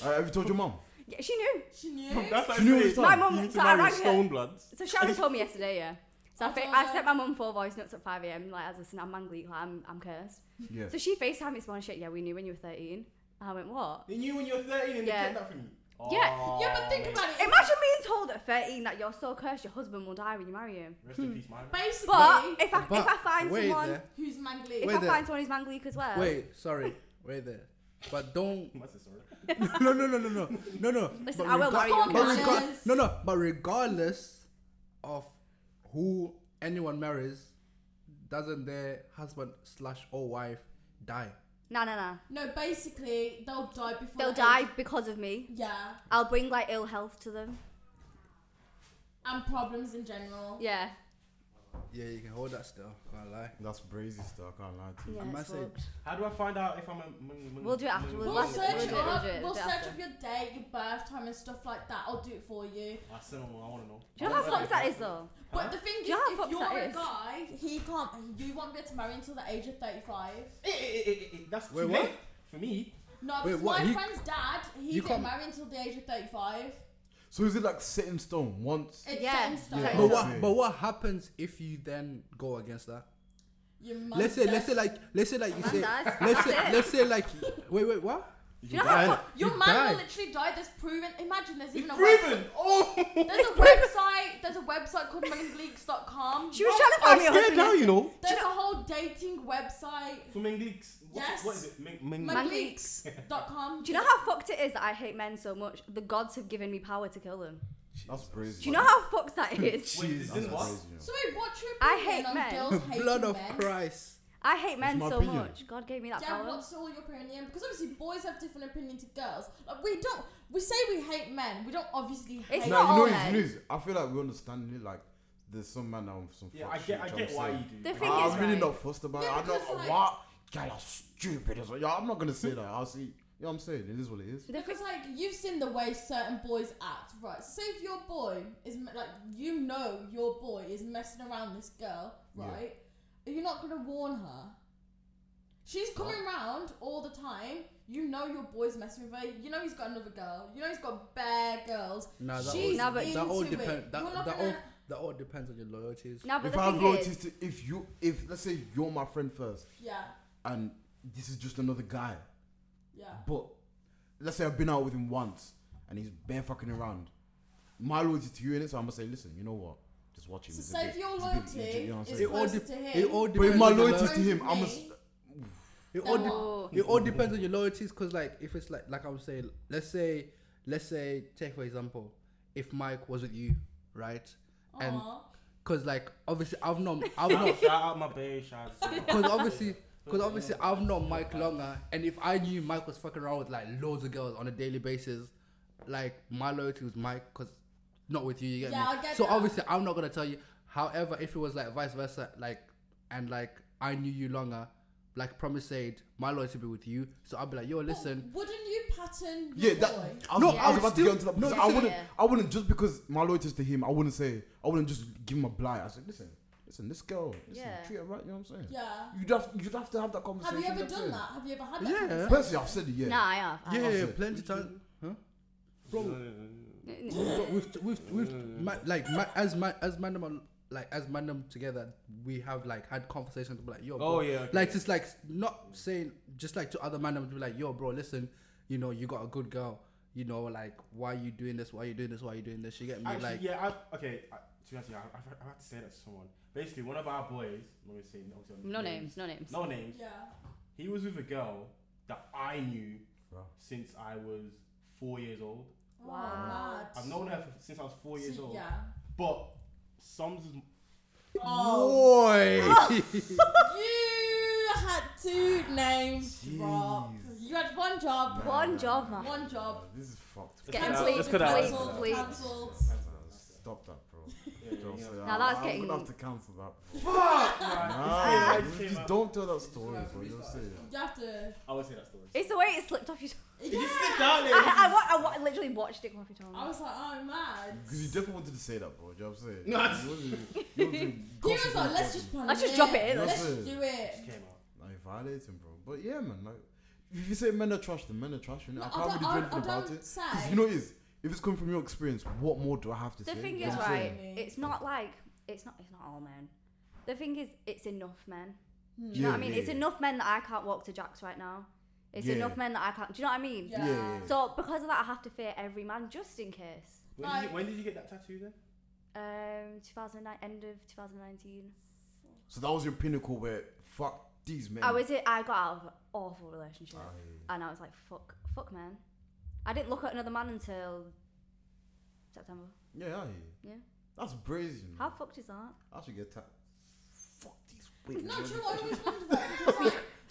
Speaker 4: Uh, have you told
Speaker 1: [laughs]
Speaker 4: your mum?
Speaker 1: Yeah, she knew.
Speaker 2: She knew.
Speaker 3: That's like
Speaker 4: She knew it was
Speaker 3: saying
Speaker 4: time.
Speaker 1: My mum-
Speaker 3: you need to
Speaker 1: so I
Speaker 3: marry
Speaker 1: rang her.
Speaker 3: stone bloods.
Speaker 1: So Sharon told me yesterday, yeah. So I,
Speaker 2: Oh,
Speaker 1: fa-
Speaker 2: no.
Speaker 1: I sent my mum four voice notes at 5 a.m. Like, as listen, I'm mangly, like, I'm, I'm cursed.
Speaker 4: Yeah.
Speaker 1: So she FaceTimed me this morning, shit, yeah, we knew when you were 13. And I went, what?
Speaker 3: They knew when you were 13 and
Speaker 1: Yeah.
Speaker 3: they kept that from you.
Speaker 1: Yeah.
Speaker 3: Oh,
Speaker 2: Yeah, but think
Speaker 3: mate.
Speaker 2: about it.
Speaker 1: Imagine being told at 13 that you're so cursed, your husband will die when you marry him.
Speaker 3: Rest in peace, man.
Speaker 2: Basically,
Speaker 1: But if I,
Speaker 5: But
Speaker 1: if I find
Speaker 5: wait
Speaker 1: someone,
Speaker 5: there.
Speaker 2: who's Mangli?
Speaker 1: if
Speaker 5: Wait
Speaker 1: I
Speaker 5: there.
Speaker 1: find someone who's mangleek as well,
Speaker 5: Wait, sorry, wait there.
Speaker 1: [laughs]
Speaker 5: But don't
Speaker 3: That's a story.
Speaker 5: no, no, no, no, no, no, no.
Speaker 1: Listen,
Speaker 5: But
Speaker 1: I will
Speaker 5: rega-
Speaker 1: marry you.
Speaker 5: but
Speaker 2: Come on,
Speaker 5: rega-
Speaker 2: guys.
Speaker 5: no, no, but regardless of who anyone marries, doesn't their husband slash or wife die?
Speaker 1: nah, nah, nah.
Speaker 2: No, basically they'll die before.
Speaker 1: They'll
Speaker 2: the
Speaker 1: die
Speaker 2: age-
Speaker 1: because of me.
Speaker 2: Yeah,
Speaker 1: I'll bring like ill health to them.
Speaker 2: and problems in general.
Speaker 1: Yeah.
Speaker 5: Yeah, you can hold that still. Can't lie.
Speaker 4: That's brazy stuff. I can't lie to you.
Speaker 1: Yeah,
Speaker 5: I
Speaker 1: it's
Speaker 5: must say,
Speaker 1: fucked.
Speaker 3: How do I find out if I'm a. Mung, mung,
Speaker 1: We'll do it after- we'll
Speaker 2: We'll,
Speaker 1: We'll do it,
Speaker 2: search
Speaker 1: we'll do it,
Speaker 2: up.
Speaker 1: we'll do it,
Speaker 2: We'll
Speaker 1: we'll
Speaker 2: search
Speaker 1: do it.
Speaker 2: up your date, your birth time, and stuff like that. I'll do it for you.
Speaker 3: I said I want to know.
Speaker 1: Do you know how fucked that is though?
Speaker 2: But the thing is,
Speaker 1: Yeah, fuck
Speaker 2: if you're
Speaker 1: that
Speaker 2: a
Speaker 1: is.
Speaker 2: guy, he can't. You won't be able to marry until the age of thirty-five.
Speaker 3: Eh, eh, eh, eh, eh, That's
Speaker 5: Wait,
Speaker 3: too
Speaker 5: what?
Speaker 3: late for me.
Speaker 2: No,
Speaker 5: Wait,
Speaker 2: because
Speaker 5: what?
Speaker 2: my
Speaker 5: You-
Speaker 2: friend's dad, he
Speaker 5: you
Speaker 2: didn't
Speaker 5: can't-
Speaker 2: marry until the age of thirty-five.
Speaker 4: So is it like set in stone once?
Speaker 2: It's
Speaker 1: Yeah.
Speaker 2: set in stone.
Speaker 1: Yeah.
Speaker 5: But
Speaker 4: Yeah.
Speaker 5: what? But what happens if you then go against that?
Speaker 2: Your
Speaker 5: Let's
Speaker 2: mum's
Speaker 5: say,
Speaker 2: dead.
Speaker 5: let's say, like, let's say, like you
Speaker 1: Man
Speaker 5: say,
Speaker 1: dies.
Speaker 5: let's say,
Speaker 1: That's it.
Speaker 5: let's say, like, wait, wait, what?
Speaker 1: Do you know how fucked?
Speaker 2: [laughs] Your
Speaker 5: You
Speaker 2: man
Speaker 5: die.
Speaker 2: will literally die. There's proven. Imagine there's
Speaker 3: It's
Speaker 2: even a
Speaker 3: proven! Oh!
Speaker 2: web- there's a website. There's a website called ManGleeks.com.
Speaker 1: She was trying to find me a husband.
Speaker 3: you know.
Speaker 2: There's a whole dating website.
Speaker 3: For Mengleeks. What-
Speaker 2: Yes.
Speaker 3: What is it? Meng- Meng-
Speaker 1: Man-
Speaker 2: ManGleeks.com.
Speaker 1: Do you know how fucked it is that I hate men so much? The gods have given me power to kill them.
Speaker 4: That's brazy.
Speaker 1: Do you know how fucked that is?
Speaker 3: Wait, is this
Speaker 4: That's
Speaker 3: what?
Speaker 4: brazy, you know.
Speaker 2: So wait, what's your
Speaker 1: I
Speaker 2: opinion
Speaker 1: hate
Speaker 2: on
Speaker 1: men.
Speaker 2: girls hating
Speaker 5: [laughs] Blood of
Speaker 2: men?
Speaker 5: Christ.
Speaker 1: I hate men
Speaker 4: my
Speaker 1: so
Speaker 4: opinion.
Speaker 1: much. God gave me that
Speaker 2: Yeah,
Speaker 1: power.
Speaker 2: what's all your opinion? Because obviously boys have different opinion to girls. Like we don't, we say we hate men. We don't obviously hate.
Speaker 1: It's
Speaker 4: Nah,
Speaker 1: not
Speaker 4: you
Speaker 1: all
Speaker 4: know,
Speaker 1: men.
Speaker 4: it's news. I feel like we understand it. Like, there's some man that with some.
Speaker 3: Yeah,
Speaker 4: fuck
Speaker 3: I
Speaker 4: shit,
Speaker 3: get, I
Speaker 4: you know
Speaker 3: get
Speaker 4: what
Speaker 3: why
Speaker 4: I'm
Speaker 3: you
Speaker 4: saying?
Speaker 3: do.
Speaker 1: The
Speaker 3: but
Speaker 1: thing
Speaker 3: I-
Speaker 1: is,
Speaker 4: I'm really
Speaker 1: right?
Speaker 4: not fussed about
Speaker 2: Yeah,
Speaker 4: it. I don't.
Speaker 2: because, like-
Speaker 4: what? Y'all are stupid. As well. Yeah, I'm not gonna say that. I'll see. You know what I'm saying? It is what it is.
Speaker 1: The
Speaker 2: Because
Speaker 1: fix-
Speaker 2: like you've seen the way certain boys act, right? Say if your boy is me- like you know your boy is messing around this girl,
Speaker 4: Yeah.
Speaker 2: right? Are you not gonna warn her? She's coming round all the time. You know your boy's messing with her. You know he's got another girl. You know he's got bare girls.
Speaker 5: Nah, that
Speaker 2: She's
Speaker 1: Nah,
Speaker 5: all,
Speaker 1: but-
Speaker 2: into
Speaker 5: that all
Speaker 2: it.
Speaker 5: depends. That,
Speaker 2: You're not
Speaker 5: that
Speaker 2: gonna-
Speaker 5: all, that all depends on your loyalties.
Speaker 1: Now, but
Speaker 4: if
Speaker 1: the
Speaker 4: I have
Speaker 1: thing
Speaker 4: loyalties
Speaker 1: is,
Speaker 4: to, if you, if let's say you're my friend first,
Speaker 2: Yeah,
Speaker 4: and this is just another guy,
Speaker 2: yeah.
Speaker 4: but let's say I've been out with him once, and he's bare fucking around. My loyalty to you in it, so I'm gonna say, listen, you know what? Just watch him.
Speaker 2: So
Speaker 4: He's a
Speaker 2: say
Speaker 4: bit-
Speaker 2: if your
Speaker 4: he's a bit
Speaker 2: loyalty
Speaker 4: idiot, you know what I'm
Speaker 2: is
Speaker 4: saying?
Speaker 5: all
Speaker 2: closer
Speaker 5: dep-
Speaker 2: to
Speaker 5: It
Speaker 2: him,
Speaker 5: all
Speaker 4: But if
Speaker 5: depends.
Speaker 4: my
Speaker 5: on your
Speaker 4: loyalty
Speaker 5: loyalties.
Speaker 4: to him, I'm a.
Speaker 2: Me.
Speaker 5: It
Speaker 2: Then
Speaker 5: all, de-
Speaker 1: what?
Speaker 5: it all depends on your loyalties because like if it's like like i was saying let's say let's say take for example if mike was with you right and
Speaker 2: Aw.
Speaker 5: because like obviously i've known
Speaker 2: [laughs]
Speaker 5: i've [laughs] known
Speaker 3: Shout out my bae, shout out.
Speaker 5: because obviously because obviously i've known mike longer and if i knew mike was fucking around with like loads of girls on a daily basis like my loyalty was mike because not with you you get
Speaker 2: Yeah,
Speaker 5: me
Speaker 2: I get
Speaker 5: so
Speaker 2: that.
Speaker 5: obviously i'm not gonna tell you however if it was like vice versa like and like i knew you longer like promise said my loyalty be with you so i'll be like yo
Speaker 2: But
Speaker 5: listen
Speaker 2: wouldn't you pattern your
Speaker 4: Yeah, that,
Speaker 2: boy?
Speaker 4: I was,
Speaker 5: No,
Speaker 4: I was
Speaker 5: I still-
Speaker 4: about to get onto that.
Speaker 5: no,
Speaker 4: because I
Speaker 5: listen-
Speaker 4: wouldn't.
Speaker 1: Yeah.
Speaker 4: I wouldn't just because my loyalty is to him. I wouldn't say. I wouldn't just give him a blind. I said, listen, listen, this girl, listen,
Speaker 1: Yeah.
Speaker 4: treat her right. You know what I'm saying?
Speaker 2: yeah.
Speaker 4: You'd have, you'd have to have that conversation.
Speaker 2: Have you ever
Speaker 4: that's
Speaker 2: done
Speaker 4: it.
Speaker 2: that? Have you ever had that?
Speaker 5: Yeah.
Speaker 2: conversation?
Speaker 4: Personally, I've said it. Yeah.
Speaker 1: nah, I have. I have.
Speaker 5: yeah
Speaker 4: it.
Speaker 5: plenty of times huh bro
Speaker 1: N- n-
Speaker 5: we've, we've, we've, we've
Speaker 3: Mm.
Speaker 5: ma- like ma- as ma- as mandem are- like as mandem together we have like had conversations like yo bro.
Speaker 3: Oh, yeah, okay.
Speaker 5: like just like not saying just like to other mandem to be like yo bro listen you know you got a good girl you know like why you doing this why you doing this why you doing this you get me
Speaker 3: Actually,
Speaker 5: like
Speaker 3: yeah, I, okay. I, to be honest, yeah, I, I, I have to say that to someone. Basically, one of our boys, let me say, obviously,
Speaker 1: No names, no names.
Speaker 3: no names.
Speaker 2: Yeah. Oh,
Speaker 3: He was with a girl that I knew
Speaker 4: Wow.
Speaker 3: since I was four years old.
Speaker 1: Wow.
Speaker 2: mad.
Speaker 3: I've known her for, since I was four years
Speaker 2: So-
Speaker 3: old.
Speaker 2: Yeah.
Speaker 3: But Soms is
Speaker 2: Oh,
Speaker 5: Boy!
Speaker 2: you had two names drop.
Speaker 4: Jeez.
Speaker 2: You had one job.
Speaker 1: One job, man.
Speaker 2: One job.
Speaker 4: This is fucked.
Speaker 1: Get
Speaker 3: cut it out,
Speaker 1: complete,
Speaker 3: let's cut it out.
Speaker 1: complete,
Speaker 2: Cancelled.
Speaker 1: complete.
Speaker 2: Cancelled.
Speaker 4: Stop that,
Speaker 3: [laughs]
Speaker 4: bro. Don't
Speaker 3: yeah.
Speaker 4: say
Speaker 1: Now that's
Speaker 4: I'm
Speaker 1: getting-
Speaker 4: gonna have to cancel that. Bro.
Speaker 3: Fuck!
Speaker 4: Nah,
Speaker 3: man. This
Speaker 4: you
Speaker 3: came
Speaker 4: just
Speaker 3: out.
Speaker 4: don't tell that story, bro. You'll say that.
Speaker 2: You have to.
Speaker 3: I would say that story.
Speaker 1: It's the way it slipped off your tongue.
Speaker 3: You
Speaker 2: Yeah.
Speaker 3: just sit down there.
Speaker 1: [laughs] I, I, wa- I, wa- literally watched it come off your tongue.
Speaker 2: I was like, oh, I'm mad.
Speaker 4: Because you definitely wanted to say that, bro. Do you know what I'm saying?
Speaker 3: No, I just-
Speaker 4: You wanted- you wanted to
Speaker 2: [laughs] He
Speaker 4: gossip
Speaker 2: was
Speaker 4: on
Speaker 2: like,
Speaker 4: the
Speaker 2: let's
Speaker 4: gossip.
Speaker 2: just plan
Speaker 1: Let's just
Speaker 2: it.
Speaker 1: drop it in,
Speaker 2: Let's
Speaker 4: let's-
Speaker 2: do
Speaker 3: It
Speaker 2: it.
Speaker 3: came out.
Speaker 4: Like you violating, bro. But yeah, man. Like, if you say men are trash, then men are trash. You know,
Speaker 2: No,
Speaker 4: I
Speaker 2: I
Speaker 4: can't
Speaker 2: don't-
Speaker 4: really do
Speaker 2: I-
Speaker 4: anything
Speaker 2: I
Speaker 4: about
Speaker 2: don't
Speaker 4: it. [laughs]
Speaker 2: say.
Speaker 4: you know, what it is if it's coming from your experience, what more do I have to
Speaker 1: the
Speaker 4: say?
Speaker 1: thing
Speaker 4: You know
Speaker 1: is,
Speaker 4: what I'm
Speaker 1: right,
Speaker 4: saying?
Speaker 1: it's not like, it's not, it's not all men. The thing is, it's enough men. Do you
Speaker 4: Yeah,
Speaker 1: know what I mean?
Speaker 4: yeah,
Speaker 1: It's
Speaker 4: yeah.
Speaker 1: enough men that I can't walk to Jack's right now. It's
Speaker 4: Yeah.
Speaker 1: enough men that I can't, do you know what I mean?
Speaker 2: Yeah.
Speaker 4: Yeah, yeah, yeah.
Speaker 1: So because of that, I have to fear every man just in case.
Speaker 3: When, did
Speaker 2: Like-
Speaker 3: you, when did you get that tattoo then?
Speaker 1: Um, 2009, end of 2019.
Speaker 4: So that was your pinnacle where fuck these men.
Speaker 1: I was it. I got out of an awful relationship,
Speaker 4: Ah,
Speaker 1: and I was like, "Fuck, fuck, man." I didn't look at another man until September.
Speaker 4: yeah, yeah, yeah.
Speaker 1: Yeah.
Speaker 4: That's brazen.
Speaker 1: How fucked is
Speaker 4: [laughs]
Speaker 1: that?
Speaker 4: I should get tapped. Fuck these women.
Speaker 2: No, do you know
Speaker 4: [laughs]
Speaker 2: what I always wondered about? Because,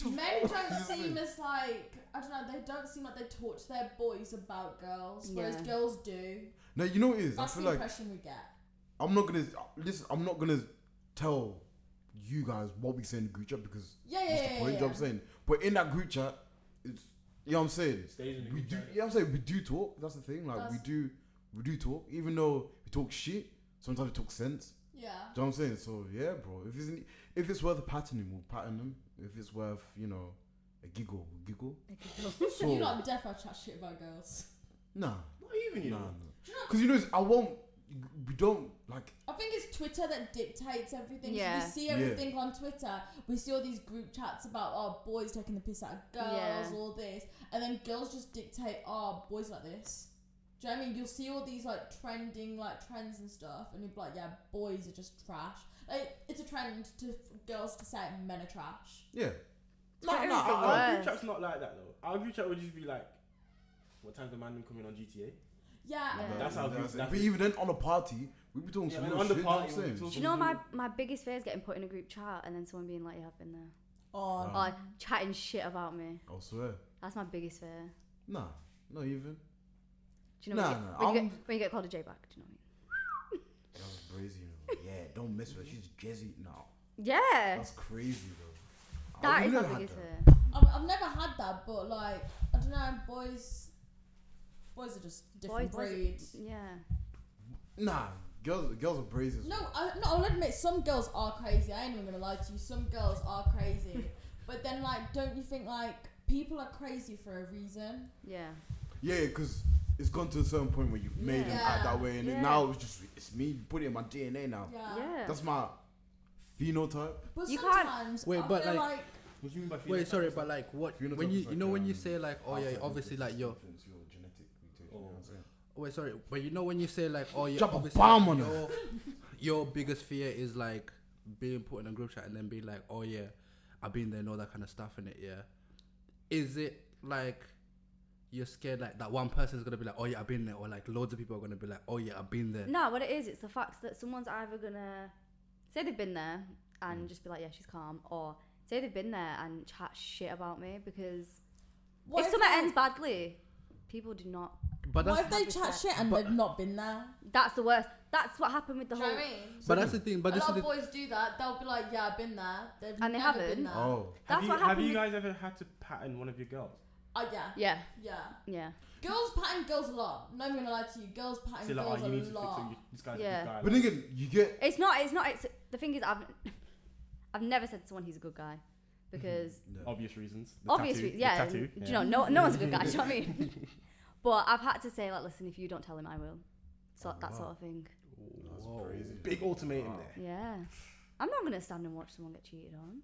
Speaker 2: like, men don't seem as like I don't know. They don't seem like they talk to their boys about girls, whereas
Speaker 1: Yeah.
Speaker 2: girls do.
Speaker 4: No, you know what it is.
Speaker 2: That's
Speaker 4: I
Speaker 2: the
Speaker 4: feel like
Speaker 2: impression we get.
Speaker 4: I'm not gonna listen. I'm not gonna tell you guys what we say in the group chat because
Speaker 2: Yeah, yeah,
Speaker 4: what's
Speaker 2: yeah,
Speaker 4: the
Speaker 2: yeah,
Speaker 4: point? You know
Speaker 2: yeah.
Speaker 4: what I'm saying? But in that group chat, it's you know what I'm saying.
Speaker 3: Stays in the
Speaker 4: we
Speaker 3: group
Speaker 4: do.
Speaker 3: chat.
Speaker 4: You know what I'm saying? We do talk. That's the thing. Like we
Speaker 2: That's-
Speaker 4: do, we do talk. Even though we talk shit, sometimes we talk sense.
Speaker 2: Yeah.
Speaker 4: Do you know what I'm saying? So yeah, bro. If it's if it's worth patterning, we'll pattern them. If it's worth you know a giggle, we'll giggle.
Speaker 2: So [laughs] you're
Speaker 4: So
Speaker 2: not deaf. I chat shit about girls.
Speaker 4: nah,
Speaker 3: Not even you.
Speaker 4: nah,
Speaker 3: know.
Speaker 2: Do you know?
Speaker 4: Because you know, it's- I won't. We don't like.
Speaker 2: I think it's Twitter that dictates everything.
Speaker 1: Yeah.
Speaker 2: So we see
Speaker 4: Yeah.
Speaker 2: everything on Twitter. We see all these group chats about oh boys taking the piss out of girls,
Speaker 1: Yeah.
Speaker 2: all this, and then girls just dictate oh boys like this. Do you know what I mean? You'll see all these like trending like trends and stuff, and you'll be like, yeah, boys are just trash. Like it's a trend to for girls to say men are trash.
Speaker 4: Yeah.
Speaker 1: Like everything
Speaker 4: nah, I-
Speaker 3: Our
Speaker 1: worse.
Speaker 3: group chat's not like that though. Our group chat would just be like, what time's the man been coming on GTA?
Speaker 2: Yeah.
Speaker 1: Yeah.
Speaker 3: That's how good- that's
Speaker 4: But
Speaker 3: it.
Speaker 4: even then, on a party, we be talking
Speaker 3: Yeah,
Speaker 4: some
Speaker 3: man,
Speaker 4: real
Speaker 3: on the
Speaker 4: shit.
Speaker 3: party,
Speaker 4: you know what I'm
Speaker 3: we
Speaker 4: saying?
Speaker 3: talk-
Speaker 1: Do you know my my biggest fear is getting put in a group chat and then someone being like, "Yeah, I've been there,"
Speaker 2: Oh.
Speaker 4: Wow.
Speaker 1: or chatting shit about me.
Speaker 4: I swear.
Speaker 1: That's my biggest fear.
Speaker 4: Nah, not even.
Speaker 1: Do you know when,
Speaker 4: Nah,
Speaker 1: you get,
Speaker 4: nah,
Speaker 1: when, you
Speaker 4: I'm-
Speaker 1: get, when you get called a J back? Do you know what
Speaker 4: That was crazy. You know. Yeah, don't mess with her. She's jazzy. No,
Speaker 1: I mean? Yeah,
Speaker 4: that's crazy though.
Speaker 1: that
Speaker 4: I've
Speaker 1: is my
Speaker 4: never had
Speaker 1: biggest
Speaker 4: that.
Speaker 1: fear.
Speaker 2: I've, I've never had that, but like I don't know, boys. Boys are just different
Speaker 1: Boys- boys-
Speaker 2: breed.
Speaker 1: Yeah.
Speaker 4: Nah, girls, girls are brazy. as
Speaker 2: No,
Speaker 4: well.
Speaker 2: I, no, I'll admit some girls are crazy. I ain't even gonna lie to you. Some girls are
Speaker 1: [laughs]
Speaker 2: crazy, but then like, don't you think like people are crazy for a reason?
Speaker 1: Yeah.
Speaker 4: Yeah, because it's gone to a certain point where you've made them
Speaker 2: Yeah.
Speaker 4: act that way, and then
Speaker 1: Yeah.
Speaker 4: now it's just it's me. You put it in my DNA now.
Speaker 2: Yeah.
Speaker 1: Yeah.
Speaker 4: That's my phenotype.
Speaker 2: But
Speaker 1: You can't-
Speaker 2: sometimes
Speaker 5: Wait,
Speaker 2: I
Speaker 5: but,
Speaker 2: feel
Speaker 5: like-
Speaker 2: like,
Speaker 3: What do you mean by
Speaker 5: Wait,
Speaker 3: phenotype?
Speaker 5: sorry, but like what?
Speaker 4: Phenotype
Speaker 5: When
Speaker 4: is
Speaker 5: you you
Speaker 4: like,
Speaker 5: know when you
Speaker 4: um,
Speaker 5: say like, oh yeah,
Speaker 4: outside
Speaker 5: obviously
Speaker 4: influence,
Speaker 5: like your
Speaker 4: influence, your genetic mutation. You know what I'm saying?
Speaker 5: Wait, sorry, but you know when you say like, oh yeah,
Speaker 4: Drop a
Speaker 5: obviously,
Speaker 4: bomb
Speaker 5: like,
Speaker 4: on her.
Speaker 5: your, your biggest fear is like being put in a group chat and then being like, oh yeah, I've been there and all that kind of stuff in it. Yeah, is it like you're scared like that one person's gonna be like, oh yeah, I've been there, or like loads of people are gonna be like, oh yeah, I've been there.
Speaker 1: No, what it is, it's the fact that someone's either gonna say they've been there and just be like, yeah, she's calm, or say they've been there and chat shit about me because
Speaker 2: what
Speaker 1: if
Speaker 2: if,
Speaker 1: something
Speaker 2: they-
Speaker 1: ends badly, people do not.
Speaker 5: But
Speaker 2: what
Speaker 5: that's
Speaker 2: if they chat shit and
Speaker 5: but-
Speaker 2: they've not been there?
Speaker 1: That's the worst. That's what happened with the
Speaker 2: Do you know
Speaker 1: whole.
Speaker 2: what I mean?
Speaker 5: but that's the thing. But
Speaker 2: a
Speaker 5: this is
Speaker 2: lot
Speaker 5: the,
Speaker 2: of boys do that. They'll be like, yeah, I've been there. They've
Speaker 1: And they
Speaker 2: never
Speaker 1: haven't.
Speaker 2: Been there.
Speaker 4: Oh,
Speaker 1: That's
Speaker 3: have you,
Speaker 1: what
Speaker 3: Have
Speaker 1: happened.
Speaker 3: you
Speaker 1: with-
Speaker 3: guys ever had to pattern one of your girls?
Speaker 2: Oh yeah.
Speaker 1: Yeah,
Speaker 2: Yeah.
Speaker 1: yeah.
Speaker 2: Girls pattern girls a lot. No, I'm gonna lie to you. Girls pattern
Speaker 3: Say like,
Speaker 2: girls
Speaker 3: oh, you need to
Speaker 2: a
Speaker 3: fix
Speaker 2: lot.
Speaker 3: him. you- This guy's
Speaker 1: Yeah.
Speaker 3: a good guy.
Speaker 4: but then again, you get
Speaker 1: It's not. It's not. It's the thing is, I've [laughs] I've never said to someone he's a good guy because
Speaker 3: obvious reasons. The
Speaker 1: obviously,
Speaker 3: tattoo, the
Speaker 1: yeah.
Speaker 3: tattoo,
Speaker 1: Do
Speaker 3: yeah.
Speaker 1: you know, no, no one's a good guy. do you know what I mean?
Speaker 3: [laughs]
Speaker 1: [laughs] But I've had to say like, listen, if you don't tell him, I will. So
Speaker 4: Oh,
Speaker 1: that
Speaker 4: wow.
Speaker 1: sort of thing.
Speaker 4: that's
Speaker 5: Whoa.
Speaker 4: crazy.
Speaker 3: Big ultimatum
Speaker 4: Wow.
Speaker 3: there.
Speaker 1: Yeah. I'm not gonna stand and watch someone get cheated on.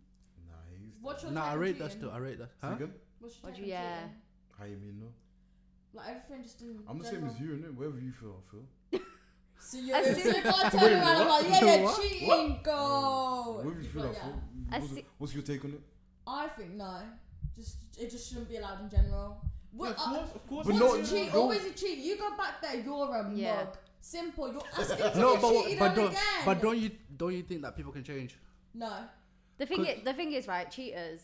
Speaker 4: Nah, he's.
Speaker 2: What's your
Speaker 5: Nah, I
Speaker 2: take on
Speaker 5: rate that
Speaker 2: cheating?
Speaker 5: still. uh, I rate that.
Speaker 4: Say
Speaker 5: Huh?
Speaker 4: again?
Speaker 2: What's your
Speaker 1: What
Speaker 2: take
Speaker 1: do
Speaker 2: on
Speaker 1: you- yeah.
Speaker 2: cheating?
Speaker 4: How you mean no?
Speaker 2: Like everything just in
Speaker 4: I'm the same
Speaker 2: general.
Speaker 4: as you, innit? Wherever you feel, I feel.
Speaker 2: So you're,
Speaker 1: As
Speaker 2: so
Speaker 1: soon-
Speaker 2: you're gonna turn around and like, yeah, you're
Speaker 5: What?
Speaker 2: cheating, go.
Speaker 4: Wherever you
Speaker 2: You've
Speaker 4: feel, I
Speaker 2: got-
Speaker 4: feel.
Speaker 2: Oh, yeah.
Speaker 1: I
Speaker 4: What's,
Speaker 1: see-
Speaker 4: what's your take on it?
Speaker 2: I think no. Just it just shouldn't be allowed in general. We're-
Speaker 3: of course, of course.
Speaker 4: But
Speaker 2: Once
Speaker 4: no-
Speaker 2: you cheat,
Speaker 4: no-
Speaker 2: always you cheat. You go back there, you're a
Speaker 1: Yeah.
Speaker 2: mug. Simple.
Speaker 5: [laughs]
Speaker 2: You're asking to
Speaker 5: No,
Speaker 2: get
Speaker 5: but
Speaker 2: cheated
Speaker 5: but
Speaker 2: on
Speaker 5: don't
Speaker 2: again.
Speaker 5: but don't you don't you think that people can change?
Speaker 2: No.
Speaker 1: The thing,
Speaker 5: Could-
Speaker 1: is, the thing is, right? Cheaters,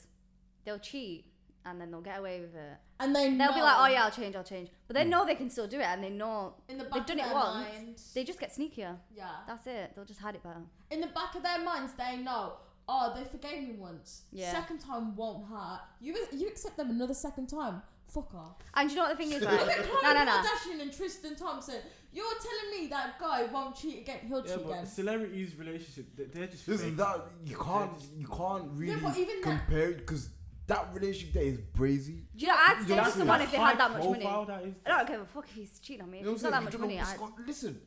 Speaker 1: they'll cheat and then they'll get away with it.
Speaker 2: And they
Speaker 1: They'll
Speaker 2: know
Speaker 1: be like, "Oh yeah, I'll change, I'll change," but
Speaker 3: Mm.
Speaker 1: they know they can still do it, and they know
Speaker 2: In the
Speaker 1: they've
Speaker 2: back
Speaker 1: done
Speaker 2: of
Speaker 1: it
Speaker 2: their
Speaker 1: once.
Speaker 2: mind.
Speaker 1: They just get sneakier.
Speaker 2: Yeah.
Speaker 1: That's it. They'll just hide it better.
Speaker 2: in the back of their minds, they know, oh, they forgave me once.
Speaker 1: Yeah.
Speaker 2: Second time won't hurt. You you accept them another second time. Fuck off.
Speaker 1: And you know what the thing is,
Speaker 2: Look
Speaker 1: right?
Speaker 2: at
Speaker 3: [laughs]
Speaker 2: Khloe
Speaker 1: no, no, no.
Speaker 2: Kardashian and Tristan Thompson. You're telling me that guy won't cheat again? He'll
Speaker 3: Yeah,
Speaker 2: cheat again.
Speaker 3: but celebrities' relationship, they- they're just.
Speaker 4: Listen,
Speaker 3: fake.
Speaker 4: that you can't you can't really
Speaker 2: but even that-
Speaker 4: compare it because that relationship there is brazy.
Speaker 1: Do you know, I'd stay with
Speaker 3: That's
Speaker 1: someone if they had
Speaker 3: high
Speaker 1: that much money.
Speaker 3: profile, that is.
Speaker 1: I don't give a fuck if he's cheating on me. If
Speaker 4: You know
Speaker 1: he's
Speaker 4: what
Speaker 1: not that
Speaker 4: I'm saying?
Speaker 1: much
Speaker 4: You don't know
Speaker 1: money. I,
Speaker 4: what's got- Listen,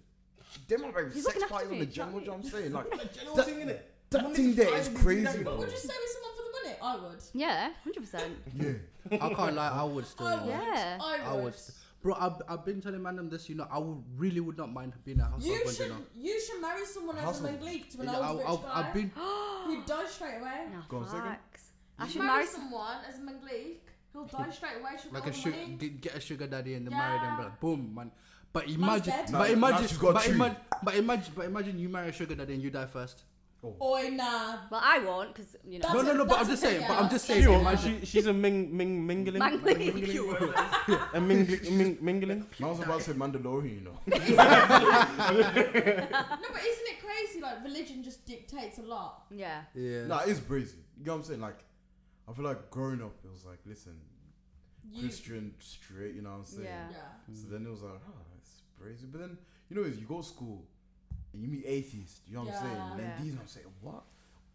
Speaker 4: them are having
Speaker 1: He's
Speaker 4: sex
Speaker 1: looking after
Speaker 4: parties on
Speaker 1: me,
Speaker 4: the jungle.
Speaker 1: do
Speaker 4: Do
Speaker 1: you know
Speaker 4: you know what I'm saying? [laughs] Like
Speaker 3: Like, general
Speaker 4: that-
Speaker 3: thing, innit?
Speaker 4: that
Speaker 3: Money's
Speaker 4: thing there
Speaker 3: fine, we
Speaker 4: is
Speaker 3: can do
Speaker 4: crazy,
Speaker 3: that,
Speaker 4: bro.
Speaker 2: Would you stay with someone for the money? I would.
Speaker 1: yeah, hundred percent.
Speaker 4: yeah,
Speaker 5: I can't lie, I would
Speaker 2: [laughs]
Speaker 5: still.
Speaker 2: I would.
Speaker 1: Yeah.
Speaker 2: I
Speaker 5: I
Speaker 2: would.
Speaker 5: would. st- Bro, I've, I've been telling man them this, you know, I would, really would not mind being a house
Speaker 2: You
Speaker 5: husband,
Speaker 2: should
Speaker 5: you know.
Speaker 2: you should marry someone as a
Speaker 4: Household.
Speaker 2: Malik to an
Speaker 5: Yeah,
Speaker 2: old
Speaker 5: I,
Speaker 2: rich
Speaker 5: I,
Speaker 2: guy
Speaker 5: I've been.
Speaker 2: who dies straight away.
Speaker 1: no,
Speaker 4: Go on, second.
Speaker 1: facts. I
Speaker 2: You
Speaker 1: should marry some.
Speaker 2: someone as a Malik who'll
Speaker 5: [laughs]
Speaker 2: die straight away. She'll
Speaker 5: like
Speaker 2: got
Speaker 5: a
Speaker 2: all the
Speaker 5: sugar,
Speaker 2: money.
Speaker 5: get, get a sugar daddy and then marry them,
Speaker 2: Oh Yeah.
Speaker 5: but boom, man. But
Speaker 2: Man's
Speaker 5: imagine,
Speaker 2: dead.
Speaker 5: but
Speaker 4: Now- now
Speaker 5: imagine,
Speaker 4: she's got
Speaker 5: but,
Speaker 4: three.
Speaker 5: imagine but imagine, but imagine you marry a sugar daddy and you die first.
Speaker 2: Oi, nah.
Speaker 1: Well, I won't because you know.
Speaker 5: No,
Speaker 2: That's
Speaker 5: no,
Speaker 2: a-
Speaker 5: no. But I'm
Speaker 2: that's
Speaker 5: just
Speaker 2: a
Speaker 5: saying. But I'm
Speaker 2: yeah.
Speaker 5: just
Speaker 3: She,
Speaker 5: saying. Imagine.
Speaker 3: Uh, she- she's a ming ming mingling.
Speaker 1: Mangling.
Speaker 3: [laughs] A mingling. Ming, mingling.
Speaker 4: [laughs] I was about to say Mandalorian, you know.
Speaker 2: No, but isn't it crazy? Like religion just dictates a lot.
Speaker 1: Yeah.
Speaker 5: Yeah.
Speaker 4: Nah, it's brazy. You know what I'm saying? Like, I feel like growing up, it was like, listen,
Speaker 2: You,
Speaker 4: Christian, straight. You know what I'm saying?
Speaker 1: Yeah.
Speaker 2: yeah.
Speaker 4: So then it was like, oh, it's brazy. But then you know, is you go to school and you meet atheists. You know what I'm saying?
Speaker 2: Yeah.
Speaker 4: And then
Speaker 1: Yeah.
Speaker 4: these, I'm saying, what?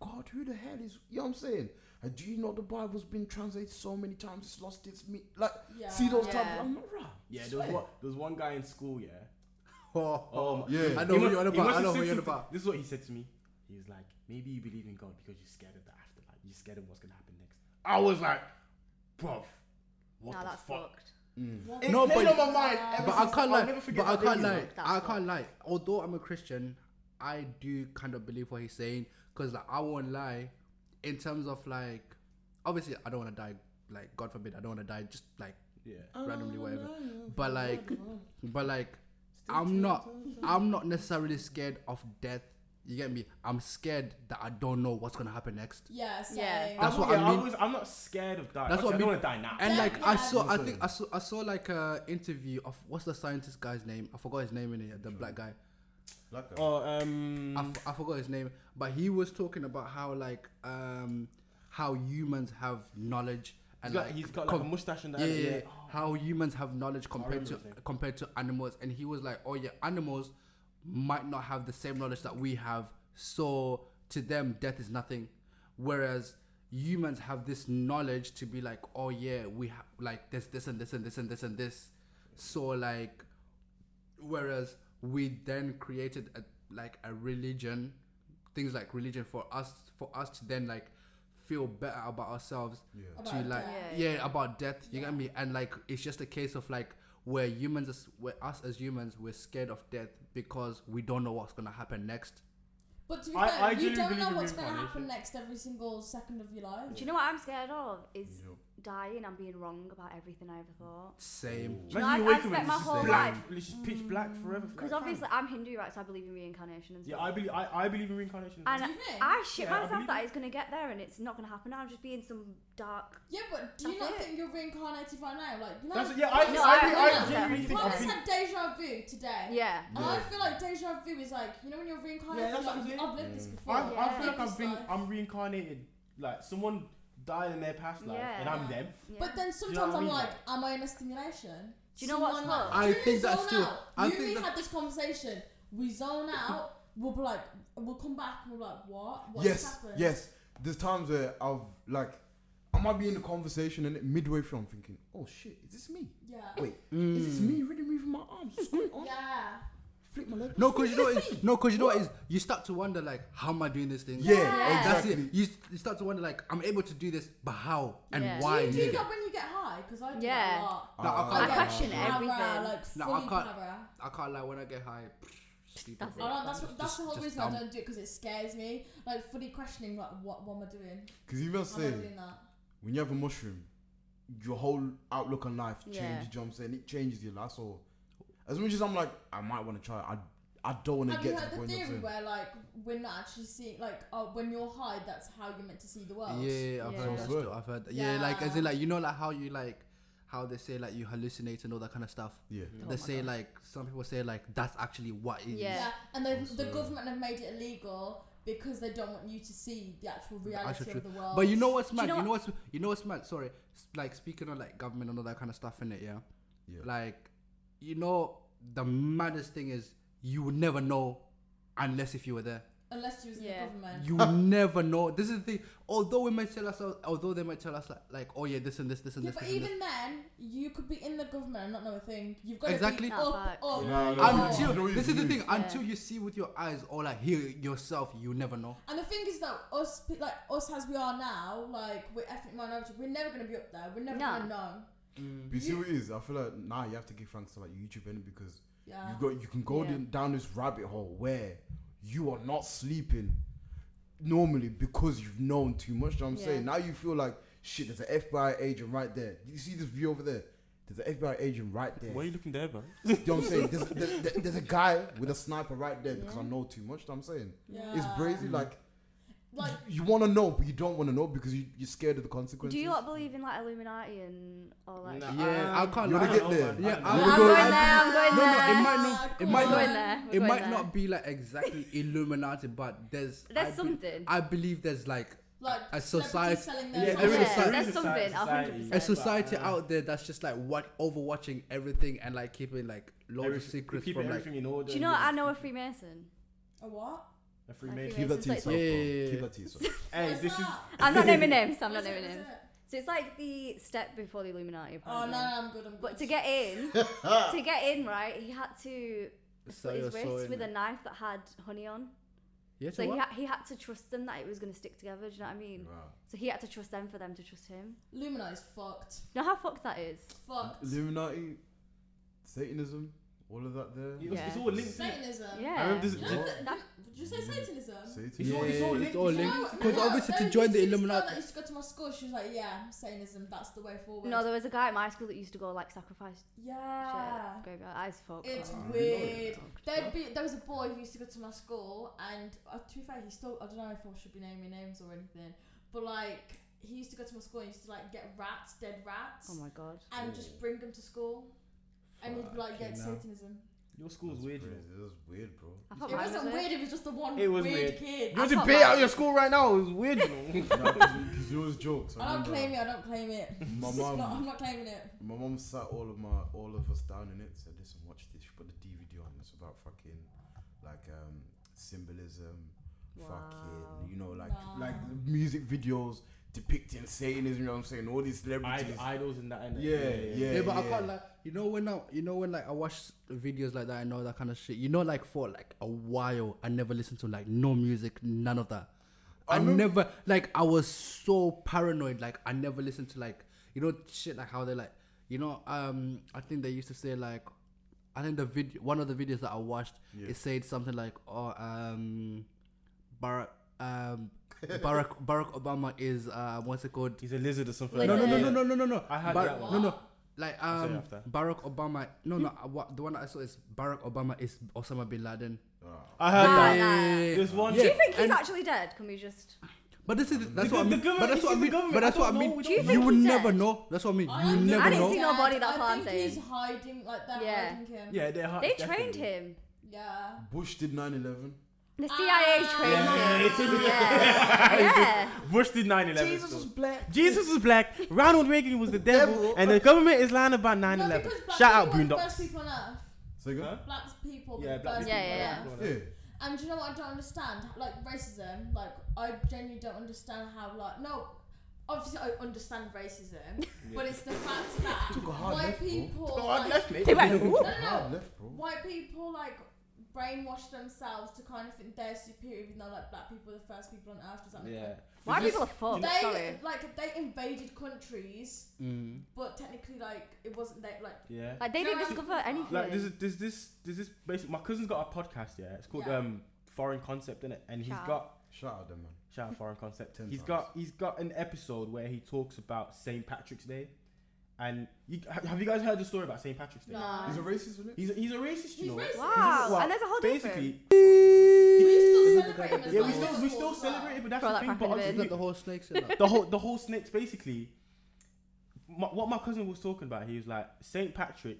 Speaker 4: God, who the hell is? You know what I'm saying? And do you know the Bible's been translated so many times? It's lost its meaning. Like,
Speaker 2: Yeah.
Speaker 4: see those
Speaker 1: Yeah.
Speaker 4: type of I'm not wrong.
Speaker 3: Yeah, there
Speaker 4: Swear.
Speaker 3: was, one, there was one guy in school, yeah.
Speaker 5: Oh,
Speaker 3: Oh, my-
Speaker 4: Yeah.
Speaker 5: I know
Speaker 3: He
Speaker 5: what
Speaker 3: mu-
Speaker 5: you're on
Speaker 3: he must
Speaker 5: about. I
Speaker 3: have
Speaker 5: know
Speaker 3: said
Speaker 5: what you're on
Speaker 3: something-
Speaker 5: about.
Speaker 3: This is what he said to me. He was like, maybe you believe in God because you're scared of the afterlife. You're scared of what's gonna happen next. I was like, bruv, what
Speaker 1: No,
Speaker 3: the
Speaker 1: that's
Speaker 3: fuck?
Speaker 1: fucked.
Speaker 2: What?
Speaker 3: It
Speaker 5: No,
Speaker 3: played
Speaker 5: but-
Speaker 3: on my mind. ever
Speaker 5: But I
Speaker 3: since-
Speaker 5: can't
Speaker 3: I'll
Speaker 5: lie.
Speaker 3: never forget
Speaker 5: But I
Speaker 3: that
Speaker 5: can't
Speaker 3: day.
Speaker 5: lie.
Speaker 1: That's
Speaker 5: I
Speaker 1: fucked.
Speaker 5: can't lie. Although I'm a Christian, I do kind of believe what he's saying. Cause like I won't lie, in terms of like, obviously I don't want to die. Like God forbid, I don't want to die just like
Speaker 3: Yeah.
Speaker 5: randomly whatever. But like, but like, I'm not. I'm not necessarily scared of death. You get me? I'm scared that I don't know what's gonna happen next.
Speaker 2: Yeah. Same.
Speaker 1: Yeah.
Speaker 5: That's
Speaker 3: I,
Speaker 5: what
Speaker 3: yeah,
Speaker 5: I mean.
Speaker 3: was, I'm not scared of dying.
Speaker 5: That's
Speaker 3: Actually, I,
Speaker 5: what I mean.
Speaker 3: don't want to die now.
Speaker 5: And like I
Speaker 2: Yeah.
Speaker 5: saw, I
Speaker 4: Sorry.
Speaker 5: think I saw, I saw like a interview of what's the scientist guy's name? I forgot his name in here. The black guy.
Speaker 4: Like,
Speaker 3: Oh, um,
Speaker 5: I, f- I forgot his name, but he was talking about how like um how humans have knowledge
Speaker 3: he's
Speaker 5: and
Speaker 3: got,
Speaker 5: like,
Speaker 3: he's got like a
Speaker 5: com-
Speaker 3: mustache and that.
Speaker 5: yeah, yeah, yeah.
Speaker 3: Oh,
Speaker 5: how humans have knowledge compared
Speaker 3: remember
Speaker 5: to
Speaker 3: his name.
Speaker 5: compared to animals, and he was like, oh yeah, animals might not have the same knowledge that we have, so to them death is nothing, whereas humans have this knowledge to be like, oh yeah, we have like this, this, and this, and this, and this, and this, so like whereas we then created a, like a religion things like religion for us for us to then like feel better about ourselves
Speaker 4: Yeah.
Speaker 5: to
Speaker 2: About
Speaker 5: like
Speaker 1: death.
Speaker 5: yeah,
Speaker 1: Yeah,
Speaker 5: about death you get me and like it's just a case of like where humans is- where us as humans we're scared of death because we don't know what's gonna happen next
Speaker 2: But to be
Speaker 3: I-
Speaker 2: fair,
Speaker 3: I
Speaker 2: you
Speaker 3: genuinely
Speaker 2: don't know
Speaker 3: believe in
Speaker 2: what's going to
Speaker 3: reincarnation.
Speaker 2: happen next every single second of your life.
Speaker 1: Do you know what I'm scared of? Is
Speaker 4: Yeah.
Speaker 1: dying and being wrong about everything I ever thought.
Speaker 5: same
Speaker 1: No,
Speaker 3: Imagine
Speaker 1: I-
Speaker 3: you
Speaker 1: I
Speaker 3: waking up
Speaker 1: spent
Speaker 3: and
Speaker 1: my
Speaker 3: it's just
Speaker 1: whole
Speaker 3: black,
Speaker 1: life-
Speaker 3: It's just pitch black forever.
Speaker 1: Because
Speaker 3: like,
Speaker 1: obviously
Speaker 3: fam.
Speaker 1: I'm Hindu, right? So I believe in reincarnation and
Speaker 3: Yeah,
Speaker 1: stuff.
Speaker 3: I believe I, I believe in reincarnation. as well.
Speaker 1: and
Speaker 2: Do you think?
Speaker 1: I shit
Speaker 3: Yeah, I
Speaker 1: myself
Speaker 3: believe
Speaker 1: that
Speaker 3: it.
Speaker 1: it's gonna get there and it's not gonna happen. I'm just being some dark.
Speaker 2: Yeah, but do you
Speaker 1: That's
Speaker 2: not
Speaker 1: it.
Speaker 2: think you're reincarnated right now? Like, you know,
Speaker 3: That's- yeah, I-
Speaker 1: No, I- I I
Speaker 3: genuinely think
Speaker 2: Marcus
Speaker 3: I've been-
Speaker 2: had deja vu today.
Speaker 1: Yeah.
Speaker 2: And I feel like deja vu is like, you know, when you're reincarnated,
Speaker 3: Yeah, that's
Speaker 2: like,
Speaker 3: what I'm saying. Mm.
Speaker 2: I've lived this before.
Speaker 3: I, I
Speaker 1: Yeah.
Speaker 3: feel like I've
Speaker 2: This
Speaker 3: been
Speaker 2: life.
Speaker 3: I'm reincarnated. Like someone died in their past life,
Speaker 1: Yeah.
Speaker 3: and I'm them.
Speaker 1: yeah.
Speaker 2: But then sometimes
Speaker 3: what I
Speaker 2: I'm
Speaker 3: mean?
Speaker 2: like, am I in a stimulation?
Speaker 1: Do you know what's
Speaker 2: Someone
Speaker 1: what?
Speaker 5: I
Speaker 2: do you
Speaker 5: think that's
Speaker 2: zone
Speaker 5: true.
Speaker 2: Out?
Speaker 5: I
Speaker 2: you
Speaker 5: think
Speaker 2: and me
Speaker 5: that-
Speaker 2: had this conversation. We zone out.
Speaker 3: [laughs]
Speaker 2: We'll be like, we'll come back and we're like, what? What's
Speaker 4: uh, yes,
Speaker 2: happened?
Speaker 4: yes. There's times where I've like, I might be in a conversation and midway through I'm thinking, oh shit, is this me?
Speaker 2: Yeah.
Speaker 4: Wait,
Speaker 5: Mm.
Speaker 4: is this me really moving my arms? What's going on?
Speaker 2: Yeah.
Speaker 4: Flip my leg.
Speaker 5: no because you know what is no because you know what is you start to wonder like how am i doing this thing
Speaker 4: Yeah,
Speaker 5: that's
Speaker 4: exactly.
Speaker 5: it you, s- you start to wonder like i'm able to do this but how and
Speaker 1: Yeah.
Speaker 5: why
Speaker 2: Do you do
Speaker 5: nigga?
Speaker 2: that when you get high? Because I do that
Speaker 1: Yeah.
Speaker 2: a lot.
Speaker 5: No, I
Speaker 1: I
Speaker 5: can't lie.
Speaker 4: Ah.
Speaker 1: question
Speaker 2: para,
Speaker 1: everything.
Speaker 2: Like,
Speaker 5: Oh, No,
Speaker 2: fully
Speaker 5: I can't.
Speaker 2: para.
Speaker 5: I can't lie. When I get high, sleep
Speaker 1: That's
Speaker 2: I
Speaker 5: over.
Speaker 2: don't, that's, what, that's
Speaker 5: Just-
Speaker 2: the whole
Speaker 5: just
Speaker 2: reason
Speaker 5: dumb.
Speaker 2: I don't do it because it scares me. Like fully questioning, like what, what am I doing?
Speaker 4: Because you must
Speaker 2: Why am I
Speaker 4: say,
Speaker 2: doing that?
Speaker 4: when you have a mushroom, your whole outlook on life changes.
Speaker 1: Yeah.
Speaker 4: You know what I'm saying? It changes you. That's all. As much as I'm like, I might want to try. it, I I don't want to
Speaker 2: Have you
Speaker 4: get to the
Speaker 2: heard the
Speaker 4: point. you know what
Speaker 2: theory
Speaker 4: I'm saying?
Speaker 2: where like we're not actually seeing like oh when you're high that's how you're meant to see the world?
Speaker 5: Yeah, I've
Speaker 1: Yeah.
Speaker 5: heard that
Speaker 4: Good.
Speaker 5: stuff. I've heard that. Yeah, like as in
Speaker 2: Yeah.
Speaker 5: like you know like how you like how they say like you hallucinate and all that kind of stuff.
Speaker 4: Yeah.
Speaker 5: They
Speaker 1: Oh my
Speaker 5: say
Speaker 1: God.
Speaker 5: like some people say like that's actually what it is.
Speaker 1: Yeah.
Speaker 2: Yeah, and the, the
Speaker 4: Also-
Speaker 2: government have made it illegal because they don't want you to see the actual reality
Speaker 5: actual
Speaker 2: of
Speaker 5: truth.
Speaker 2: the world.
Speaker 5: But you know what's
Speaker 1: you
Speaker 5: mad? You
Speaker 1: know
Speaker 5: know, what's you know what's mad? Sorry, S- like speaking on like government and all that kind of stuff in it. Yeah?
Speaker 4: Yeah.
Speaker 5: Like, you know, the maddest thing is you would never know unless if you were there.
Speaker 2: unless you was
Speaker 1: Yeah.
Speaker 2: in the government.
Speaker 5: You would [laughs] never know. This is the thing. Although we might tell us, although they might tell us like, like oh yeah, this and this, this and
Speaker 2: yeah,
Speaker 5: this.
Speaker 2: but
Speaker 5: this and this.
Speaker 2: even then, you could be in the government and not know a thing. You've got
Speaker 5: Exactly.
Speaker 2: to be
Speaker 1: Not
Speaker 2: up,
Speaker 1: facts.
Speaker 2: up,
Speaker 4: No, no,
Speaker 2: up.
Speaker 4: no, no.
Speaker 5: until
Speaker 4: You know,
Speaker 5: this
Speaker 4: you
Speaker 5: is the
Speaker 4: lose.
Speaker 5: thing
Speaker 1: Yeah.
Speaker 5: until you see with your eyes or like hear yourself you never know
Speaker 2: And the thing is that us, pe- like us as we are now, like we're ethnic minority, we're never gonna be up there. We're never
Speaker 1: No.
Speaker 2: gonna know.
Speaker 1: Mm.
Speaker 4: But you see what it is? I feel like now you have to give thanks to like YouTube innit? because
Speaker 2: Uh, Yeah.
Speaker 4: you got you can go
Speaker 1: Yeah.
Speaker 4: down- down this rabbit hole where you are not sleeping normally because you've known too much. You know what I'm
Speaker 1: Yeah.
Speaker 4: saying now you feel like shit. There's an FBI agent right there. You see this view over there? There's an FBI agent right there.
Speaker 3: Why are you looking there, man?
Speaker 4: You know what I'm saying? There's, there, there- there's a guy with a sniper right there because I know too much. You know what I'm saying
Speaker 2: yeah.
Speaker 4: it's crazy. Like,
Speaker 2: Like
Speaker 4: you, want to know, but you don't want to know because you, you're scared of the consequences.
Speaker 1: Do you lot believe in like Illuminati and all that? Oh,
Speaker 3: Nah,
Speaker 5: Yeah, I can't
Speaker 4: You wanna
Speaker 5: lie.
Speaker 4: get there?
Speaker 3: Yeah,
Speaker 5: Yeah,
Speaker 3: I
Speaker 1: I'm
Speaker 5: We're
Speaker 1: going
Speaker 5: going-
Speaker 1: there. I'm going
Speaker 5: no, no,
Speaker 1: there.
Speaker 5: it might not. It
Speaker 2: Come
Speaker 5: might
Speaker 1: We're
Speaker 5: not.
Speaker 1: going there. We're
Speaker 5: It
Speaker 1: going
Speaker 5: might
Speaker 1: there.
Speaker 5: not be like
Speaker 1: [laughs]
Speaker 5: exactly Illuminati, but there's
Speaker 1: There's
Speaker 5: I be-
Speaker 1: something.
Speaker 5: I believe there's like
Speaker 2: like
Speaker 5: a
Speaker 2: celebrities
Speaker 5: society-
Speaker 2: selling
Speaker 3: Yeah,
Speaker 2: their
Speaker 3: there is
Speaker 1: Yeah,
Speaker 3: a society.
Speaker 1: there's something,
Speaker 3: society,
Speaker 1: 100%.
Speaker 5: a
Speaker 1: but,
Speaker 5: society
Speaker 3: uh,
Speaker 5: out there that's just like what overwatching everything and like keeping like loads
Speaker 3: Every-
Speaker 5: of secrets
Speaker 3: keep
Speaker 5: from like
Speaker 3: everything in order.
Speaker 1: Do you know
Speaker 3: and
Speaker 1: I know a Freemason?
Speaker 2: a what?
Speaker 3: A Freemason.
Speaker 4: keep that to
Speaker 1: Yeah.
Speaker 4: yourself?
Speaker 5: Yeah.
Speaker 4: bro. Keep that to yourself.
Speaker 3: Hey,
Speaker 2: What's
Speaker 3: this is.
Speaker 2: that?
Speaker 1: I'm not naming names. I'm not
Speaker 2: What's it-
Speaker 1: naming
Speaker 2: what's
Speaker 1: names.
Speaker 2: it?
Speaker 1: So it's like the step before the Illuminati.
Speaker 2: Oh no,
Speaker 1: Apparently.
Speaker 2: no, I'm good. I'm good.
Speaker 1: But to get
Speaker 5: [laughs]
Speaker 1: in, to get in, right, he had to
Speaker 5: So
Speaker 1: slit
Speaker 5: you're
Speaker 1: his
Speaker 5: so
Speaker 1: wrist
Speaker 5: in
Speaker 1: with a
Speaker 5: it.
Speaker 1: knife that had honey on.
Speaker 5: yeah, so
Speaker 1: So he,
Speaker 5: what?
Speaker 1: ha- he had to trust them that it was going to stick together. Do you know what I mean?
Speaker 4: Wow.
Speaker 1: So he had to trust them for them to trust him.
Speaker 2: Luminati's fucked.
Speaker 1: You know how fucked that is?
Speaker 2: Fucked.
Speaker 4: Illuminati, Satanism, all of that there.
Speaker 3: It's, it's
Speaker 1: Yeah.
Speaker 3: all linked. innit?
Speaker 2: Satanism.
Speaker 1: Yeah.
Speaker 3: I remember this.
Speaker 2: You know
Speaker 4: Yeah.
Speaker 2: that- Did you say Satanism?
Speaker 4: Satan.
Speaker 3: It's all- it's
Speaker 5: Yeah,
Speaker 3: all
Speaker 5: it's
Speaker 3: linked.
Speaker 5: all
Speaker 3: it's
Speaker 5: linked.
Speaker 3: all-
Speaker 2: No,
Speaker 5: 'Cause
Speaker 2: no,
Speaker 5: obviously to
Speaker 2: there
Speaker 5: join
Speaker 2: was
Speaker 5: the
Speaker 2: this girl
Speaker 5: Illuminati-
Speaker 2: that used to go to my school, she was like, "Yeah, Satanism, that's the way forward."
Speaker 1: No, there was a guy at my school that used to go like sacrifice
Speaker 2: yeah.
Speaker 1: shit, graveyard. That is fucked.
Speaker 2: It's
Speaker 5: Oh,
Speaker 1: man.
Speaker 2: weird.
Speaker 1: Fucked
Speaker 2: There'd
Speaker 1: up.
Speaker 2: be there was a boy who used to go to my school, and uh, to be fair, he still I don't know if I should be naming names or anything, but like he used to go to my school and used to like get rats, dead rats,
Speaker 1: Oh my god.
Speaker 2: and just bring them to school, and he'd be like, "Yeah,
Speaker 5: Fucking
Speaker 2: it's
Speaker 5: hell.
Speaker 2: satanism."
Speaker 3: Your school's
Speaker 4: That's
Speaker 3: weird, you
Speaker 4: crazy.
Speaker 3: know.
Speaker 4: That was weird, bro.
Speaker 1: I thought
Speaker 2: It
Speaker 1: mine was
Speaker 2: wasn't weird. It was just the one
Speaker 3: It was
Speaker 2: weird,
Speaker 3: weird.
Speaker 2: kid.
Speaker 1: I
Speaker 3: You're the
Speaker 1: thought
Speaker 3: bit
Speaker 1: that-
Speaker 3: out of your school right now. It's
Speaker 1: [laughs]
Speaker 3: weird, you know.
Speaker 4: Because it was jokes.
Speaker 2: I don't
Speaker 4: remember
Speaker 2: claim it. I don't claim it. [laughs]
Speaker 4: My
Speaker 2: It's
Speaker 4: mum-
Speaker 2: not- I'm not claiming it.
Speaker 4: My mom sat all of my all of us down in it. Said, "Listen, watch this." She put the DVD on. It's about fucking like um symbolism,
Speaker 1: Wow.
Speaker 4: fucking you know like
Speaker 2: Nah.
Speaker 4: like music videos depicting Satanism. You know what I'm saying? All these
Speaker 3: Id-
Speaker 4: celebrities.
Speaker 3: Idols and that. innit?
Speaker 4: yeah, yeah,
Speaker 5: yeah, but I
Speaker 4: yeah.
Speaker 5: can't like you know when I you know when like I watch videos like that and all that kind of shit. You know, like for like a while, I never listened to like no music, none of that. I, never like I was so paranoid. Like I never listened to like you know shit like how they like you know um I think they used to say like I think the video one of the videos that I watched it said something like oh um Barack um Barack Barack Obama is uh what's it called
Speaker 3: He's a lizard or something.
Speaker 5: no,
Speaker 3: like
Speaker 5: no,
Speaker 3: that.
Speaker 5: no, no, no, no, no, no.
Speaker 3: I had
Speaker 5: Bar-
Speaker 3: that one.
Speaker 5: No, no. Like
Speaker 3: I'll say
Speaker 5: um,
Speaker 3: after.
Speaker 5: Barack Obama. No, no. uh, What, the one I saw is Barack Obama is Osama bin Laden.
Speaker 3: I heard
Speaker 1: Nah,
Speaker 3: that.
Speaker 1: nah, nah.
Speaker 3: There's one.
Speaker 1: Do you think he's
Speaker 5: and-
Speaker 1: actually dead? Can we
Speaker 3: [laughs]
Speaker 1: just?
Speaker 5: But this is that's
Speaker 3: The
Speaker 5: what I
Speaker 3: gov-
Speaker 5: mean.
Speaker 3: the government-
Speaker 5: But that's
Speaker 3: you
Speaker 5: what I
Speaker 3: see, the
Speaker 5: mean.
Speaker 3: government-
Speaker 5: But that's
Speaker 3: I
Speaker 5: what I
Speaker 3: don't know,
Speaker 5: mean.
Speaker 3: we don't
Speaker 1: know.
Speaker 5: would
Speaker 1: He's
Speaker 5: never
Speaker 1: dead.
Speaker 5: know. That's what I mean.
Speaker 2: I
Speaker 5: you
Speaker 2: don't think
Speaker 5: never
Speaker 1: didn't
Speaker 5: know.
Speaker 1: see
Speaker 2: he's
Speaker 1: no
Speaker 2: dead.
Speaker 1: body, that's
Speaker 2: I
Speaker 1: what I'm
Speaker 2: think
Speaker 1: saying.
Speaker 2: He's hiding like that.
Speaker 1: Yeah.
Speaker 2: Hiding him.
Speaker 3: Yeah, they're hard.
Speaker 1: They trained him.
Speaker 2: Yeah.
Speaker 4: Bush did 9/11.
Speaker 1: The CIA trained
Speaker 3: Yeah,
Speaker 1: him.
Speaker 3: it is-
Speaker 1: Ah. [laughs] Yeah. yeah.
Speaker 3: Bush did 9 11.
Speaker 4: Jesus was black.
Speaker 3: Jesus was black, Ronald Reagan was the devil,
Speaker 4: Devil.
Speaker 3: and the government is lying about 9
Speaker 2: No,
Speaker 3: 11.
Speaker 2: because black
Speaker 3: Shout
Speaker 2: people
Speaker 3: out,
Speaker 2: are the First
Speaker 3: Boondocks.
Speaker 2: people on earth.
Speaker 4: So you go.
Speaker 3: Huh?
Speaker 2: Black people. were
Speaker 3: Yeah,
Speaker 2: the
Speaker 3: black
Speaker 2: first
Speaker 3: people.
Speaker 1: Yeah, yeah,
Speaker 2: on
Speaker 1: yeah.
Speaker 2: earth.
Speaker 4: Yeah.
Speaker 2: And do you know what I don't understand? Like racism. Like I genuinely don't understand how. Like no, obviously I understand racism, but it's the fact that
Speaker 4: Took a hard
Speaker 2: white
Speaker 4: left, bro.
Speaker 2: people.
Speaker 3: Oh, I
Speaker 2: like,
Speaker 3: left me.
Speaker 1: They went. "Ooh."
Speaker 2: no, no,
Speaker 4: Hard
Speaker 2: no.
Speaker 4: left, bro.
Speaker 2: White people like brainwash themselves to kind of think they're superior, even though like black people are the first people on earth. Does that make
Speaker 3: Yeah.
Speaker 2: sense?
Speaker 1: White
Speaker 3: It's
Speaker 1: people are
Speaker 3: just-
Speaker 1: fucked.
Speaker 2: They
Speaker 1: Sorry.
Speaker 2: like they invaded countries,
Speaker 3: Mm.
Speaker 2: but technically like it wasn't they like
Speaker 3: Yeah.
Speaker 1: Like they
Speaker 2: No,
Speaker 1: didn't
Speaker 2: no,
Speaker 1: discover
Speaker 2: no.
Speaker 1: anything.
Speaker 3: Like, there's, there's this, there's this basic. My cousin's got a podcast, yeah. It's called
Speaker 2: Yeah.
Speaker 3: um, Foreign Concept, innit? And he's
Speaker 1: Shout
Speaker 3: got.
Speaker 4: Shout out them man.
Speaker 3: Shout out Foreign Concept.
Speaker 4: Ten
Speaker 3: He's
Speaker 4: times.
Speaker 3: got he's got an episode where he talks about St. Patrick's Day And you, ha- have you guys heard the story about St. Patrick's Day?
Speaker 2: Nah.
Speaker 4: He's a racist, isn't
Speaker 3: He's, a, he's a racist, you
Speaker 2: He's
Speaker 3: know.
Speaker 2: racist.
Speaker 1: Wow.
Speaker 3: Well,
Speaker 1: and there's a whole different.
Speaker 3: Basically,
Speaker 2: We still celebrate him as
Speaker 3: [laughs] yeah,
Speaker 2: well.
Speaker 3: we still we still celebrate it, but that's
Speaker 1: Throw
Speaker 3: the
Speaker 1: that back
Speaker 3: thing. But
Speaker 1: in the
Speaker 3: obviously,
Speaker 5: He's got the whole snakes in that.
Speaker 3: the whole the whole snakes basically my, what my cousin was talking about he was like saint patrick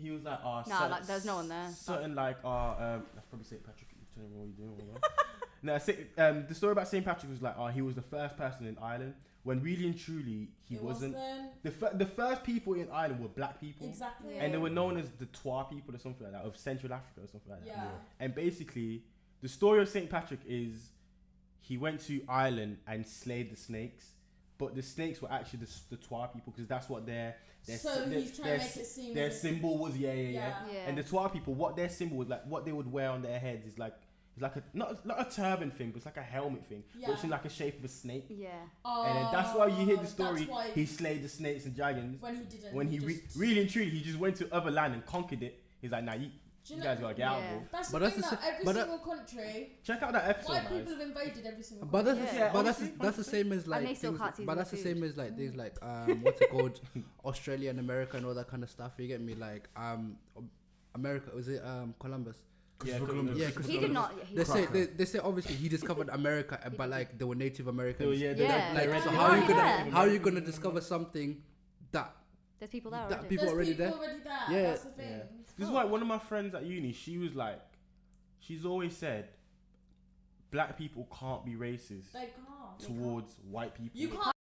Speaker 3: he was like uh,
Speaker 1: Nah, like, there's no one there.
Speaker 3: certain like uh um that's probably saint patrick you telling me what you're doing all right.
Speaker 1: [laughs]
Speaker 3: no Saint- um the story about saint patrick was like uh he was the first person in ireland when really and truly he
Speaker 2: It
Speaker 3: wasn't,
Speaker 2: wasn't.
Speaker 3: the, fir- the first people in ireland were black people
Speaker 2: Exactly.
Speaker 3: and they were known as the Twa people or something like that of Central Africa or something like that.
Speaker 2: Yeah.
Speaker 3: And basically, the story of Saint Patrick is he went to Ireland and slayed the snakes, but the snakes were actually the, s- the Twa people because that's what their their
Speaker 2: so
Speaker 3: their,
Speaker 2: he's trying
Speaker 3: their
Speaker 2: to make
Speaker 3: s-
Speaker 2: it seem.
Speaker 3: their
Speaker 2: as if-
Speaker 3: symbol was yeah yeah yeah.
Speaker 2: Yeah.
Speaker 1: Yeah.
Speaker 3: And the Twa people, what their symbol was like, what they would wear on their heads is like. It's like a not, not a turban thing, but it's like a helmet thing, but it's
Speaker 2: Yeah.
Speaker 3: in like a shape of a snake,
Speaker 1: yeah.
Speaker 3: and then that's why you hear
Speaker 2: Oh,
Speaker 3: the story.
Speaker 2: That's why
Speaker 3: He slayed the snakes and dragons,
Speaker 2: when he didn't.
Speaker 3: when he re-
Speaker 2: just-
Speaker 3: really and truly he just went to other land and conquered it. He's like, nah,
Speaker 2: Do
Speaker 3: you, you,
Speaker 2: you know-
Speaker 3: guys gotta get out,
Speaker 1: Yeah.
Speaker 3: bro.
Speaker 2: That's
Speaker 5: But
Speaker 2: the
Speaker 5: that's
Speaker 2: thing.
Speaker 5: the
Speaker 2: That
Speaker 5: sa-
Speaker 2: every
Speaker 5: but that-
Speaker 2: single country,
Speaker 3: Check out that episode,
Speaker 2: white
Speaker 3: man.
Speaker 2: people have invaded every single.
Speaker 5: [laughs] But that's
Speaker 1: Yeah.
Speaker 5: yeah, but that's
Speaker 3: Honestly,
Speaker 5: that's the same as like
Speaker 1: they still
Speaker 5: things,
Speaker 1: can't season
Speaker 5: but
Speaker 1: the
Speaker 5: that's the same
Speaker 1: food.
Speaker 5: as like [laughs] things like um what's it called [laughs] Australia and America and all that kind of stuff. You get me like um America was it um Columbus?
Speaker 3: Yeah,
Speaker 4: Christopher
Speaker 3: Columbus.
Speaker 4: Columbus.
Speaker 5: Yeah,
Speaker 1: He
Speaker 5: Christopher
Speaker 1: did not. Yeah, he
Speaker 5: They
Speaker 1: did
Speaker 5: say
Speaker 1: not.
Speaker 5: they, they say obviously he discovered America, uh, but like they were Native
Speaker 3: They were-
Speaker 5: Americans.
Speaker 3: yeah,
Speaker 1: Yeah.
Speaker 3: they- they
Speaker 5: Like
Speaker 3: rented
Speaker 5: so
Speaker 1: Yeah.
Speaker 3: it.
Speaker 5: how are you gonna
Speaker 1: Yeah.
Speaker 5: how are you gonna discover something that
Speaker 1: There's people there
Speaker 5: that
Speaker 1: already.
Speaker 5: people
Speaker 2: There's
Speaker 5: already
Speaker 2: people
Speaker 5: there?
Speaker 2: already there.
Speaker 5: Yeah.
Speaker 2: That's the thing.
Speaker 3: Yeah. This is why one of my friends at uni, she was like, she's always said, black people can't be racist
Speaker 2: They can't.
Speaker 3: towards white people.
Speaker 2: You can't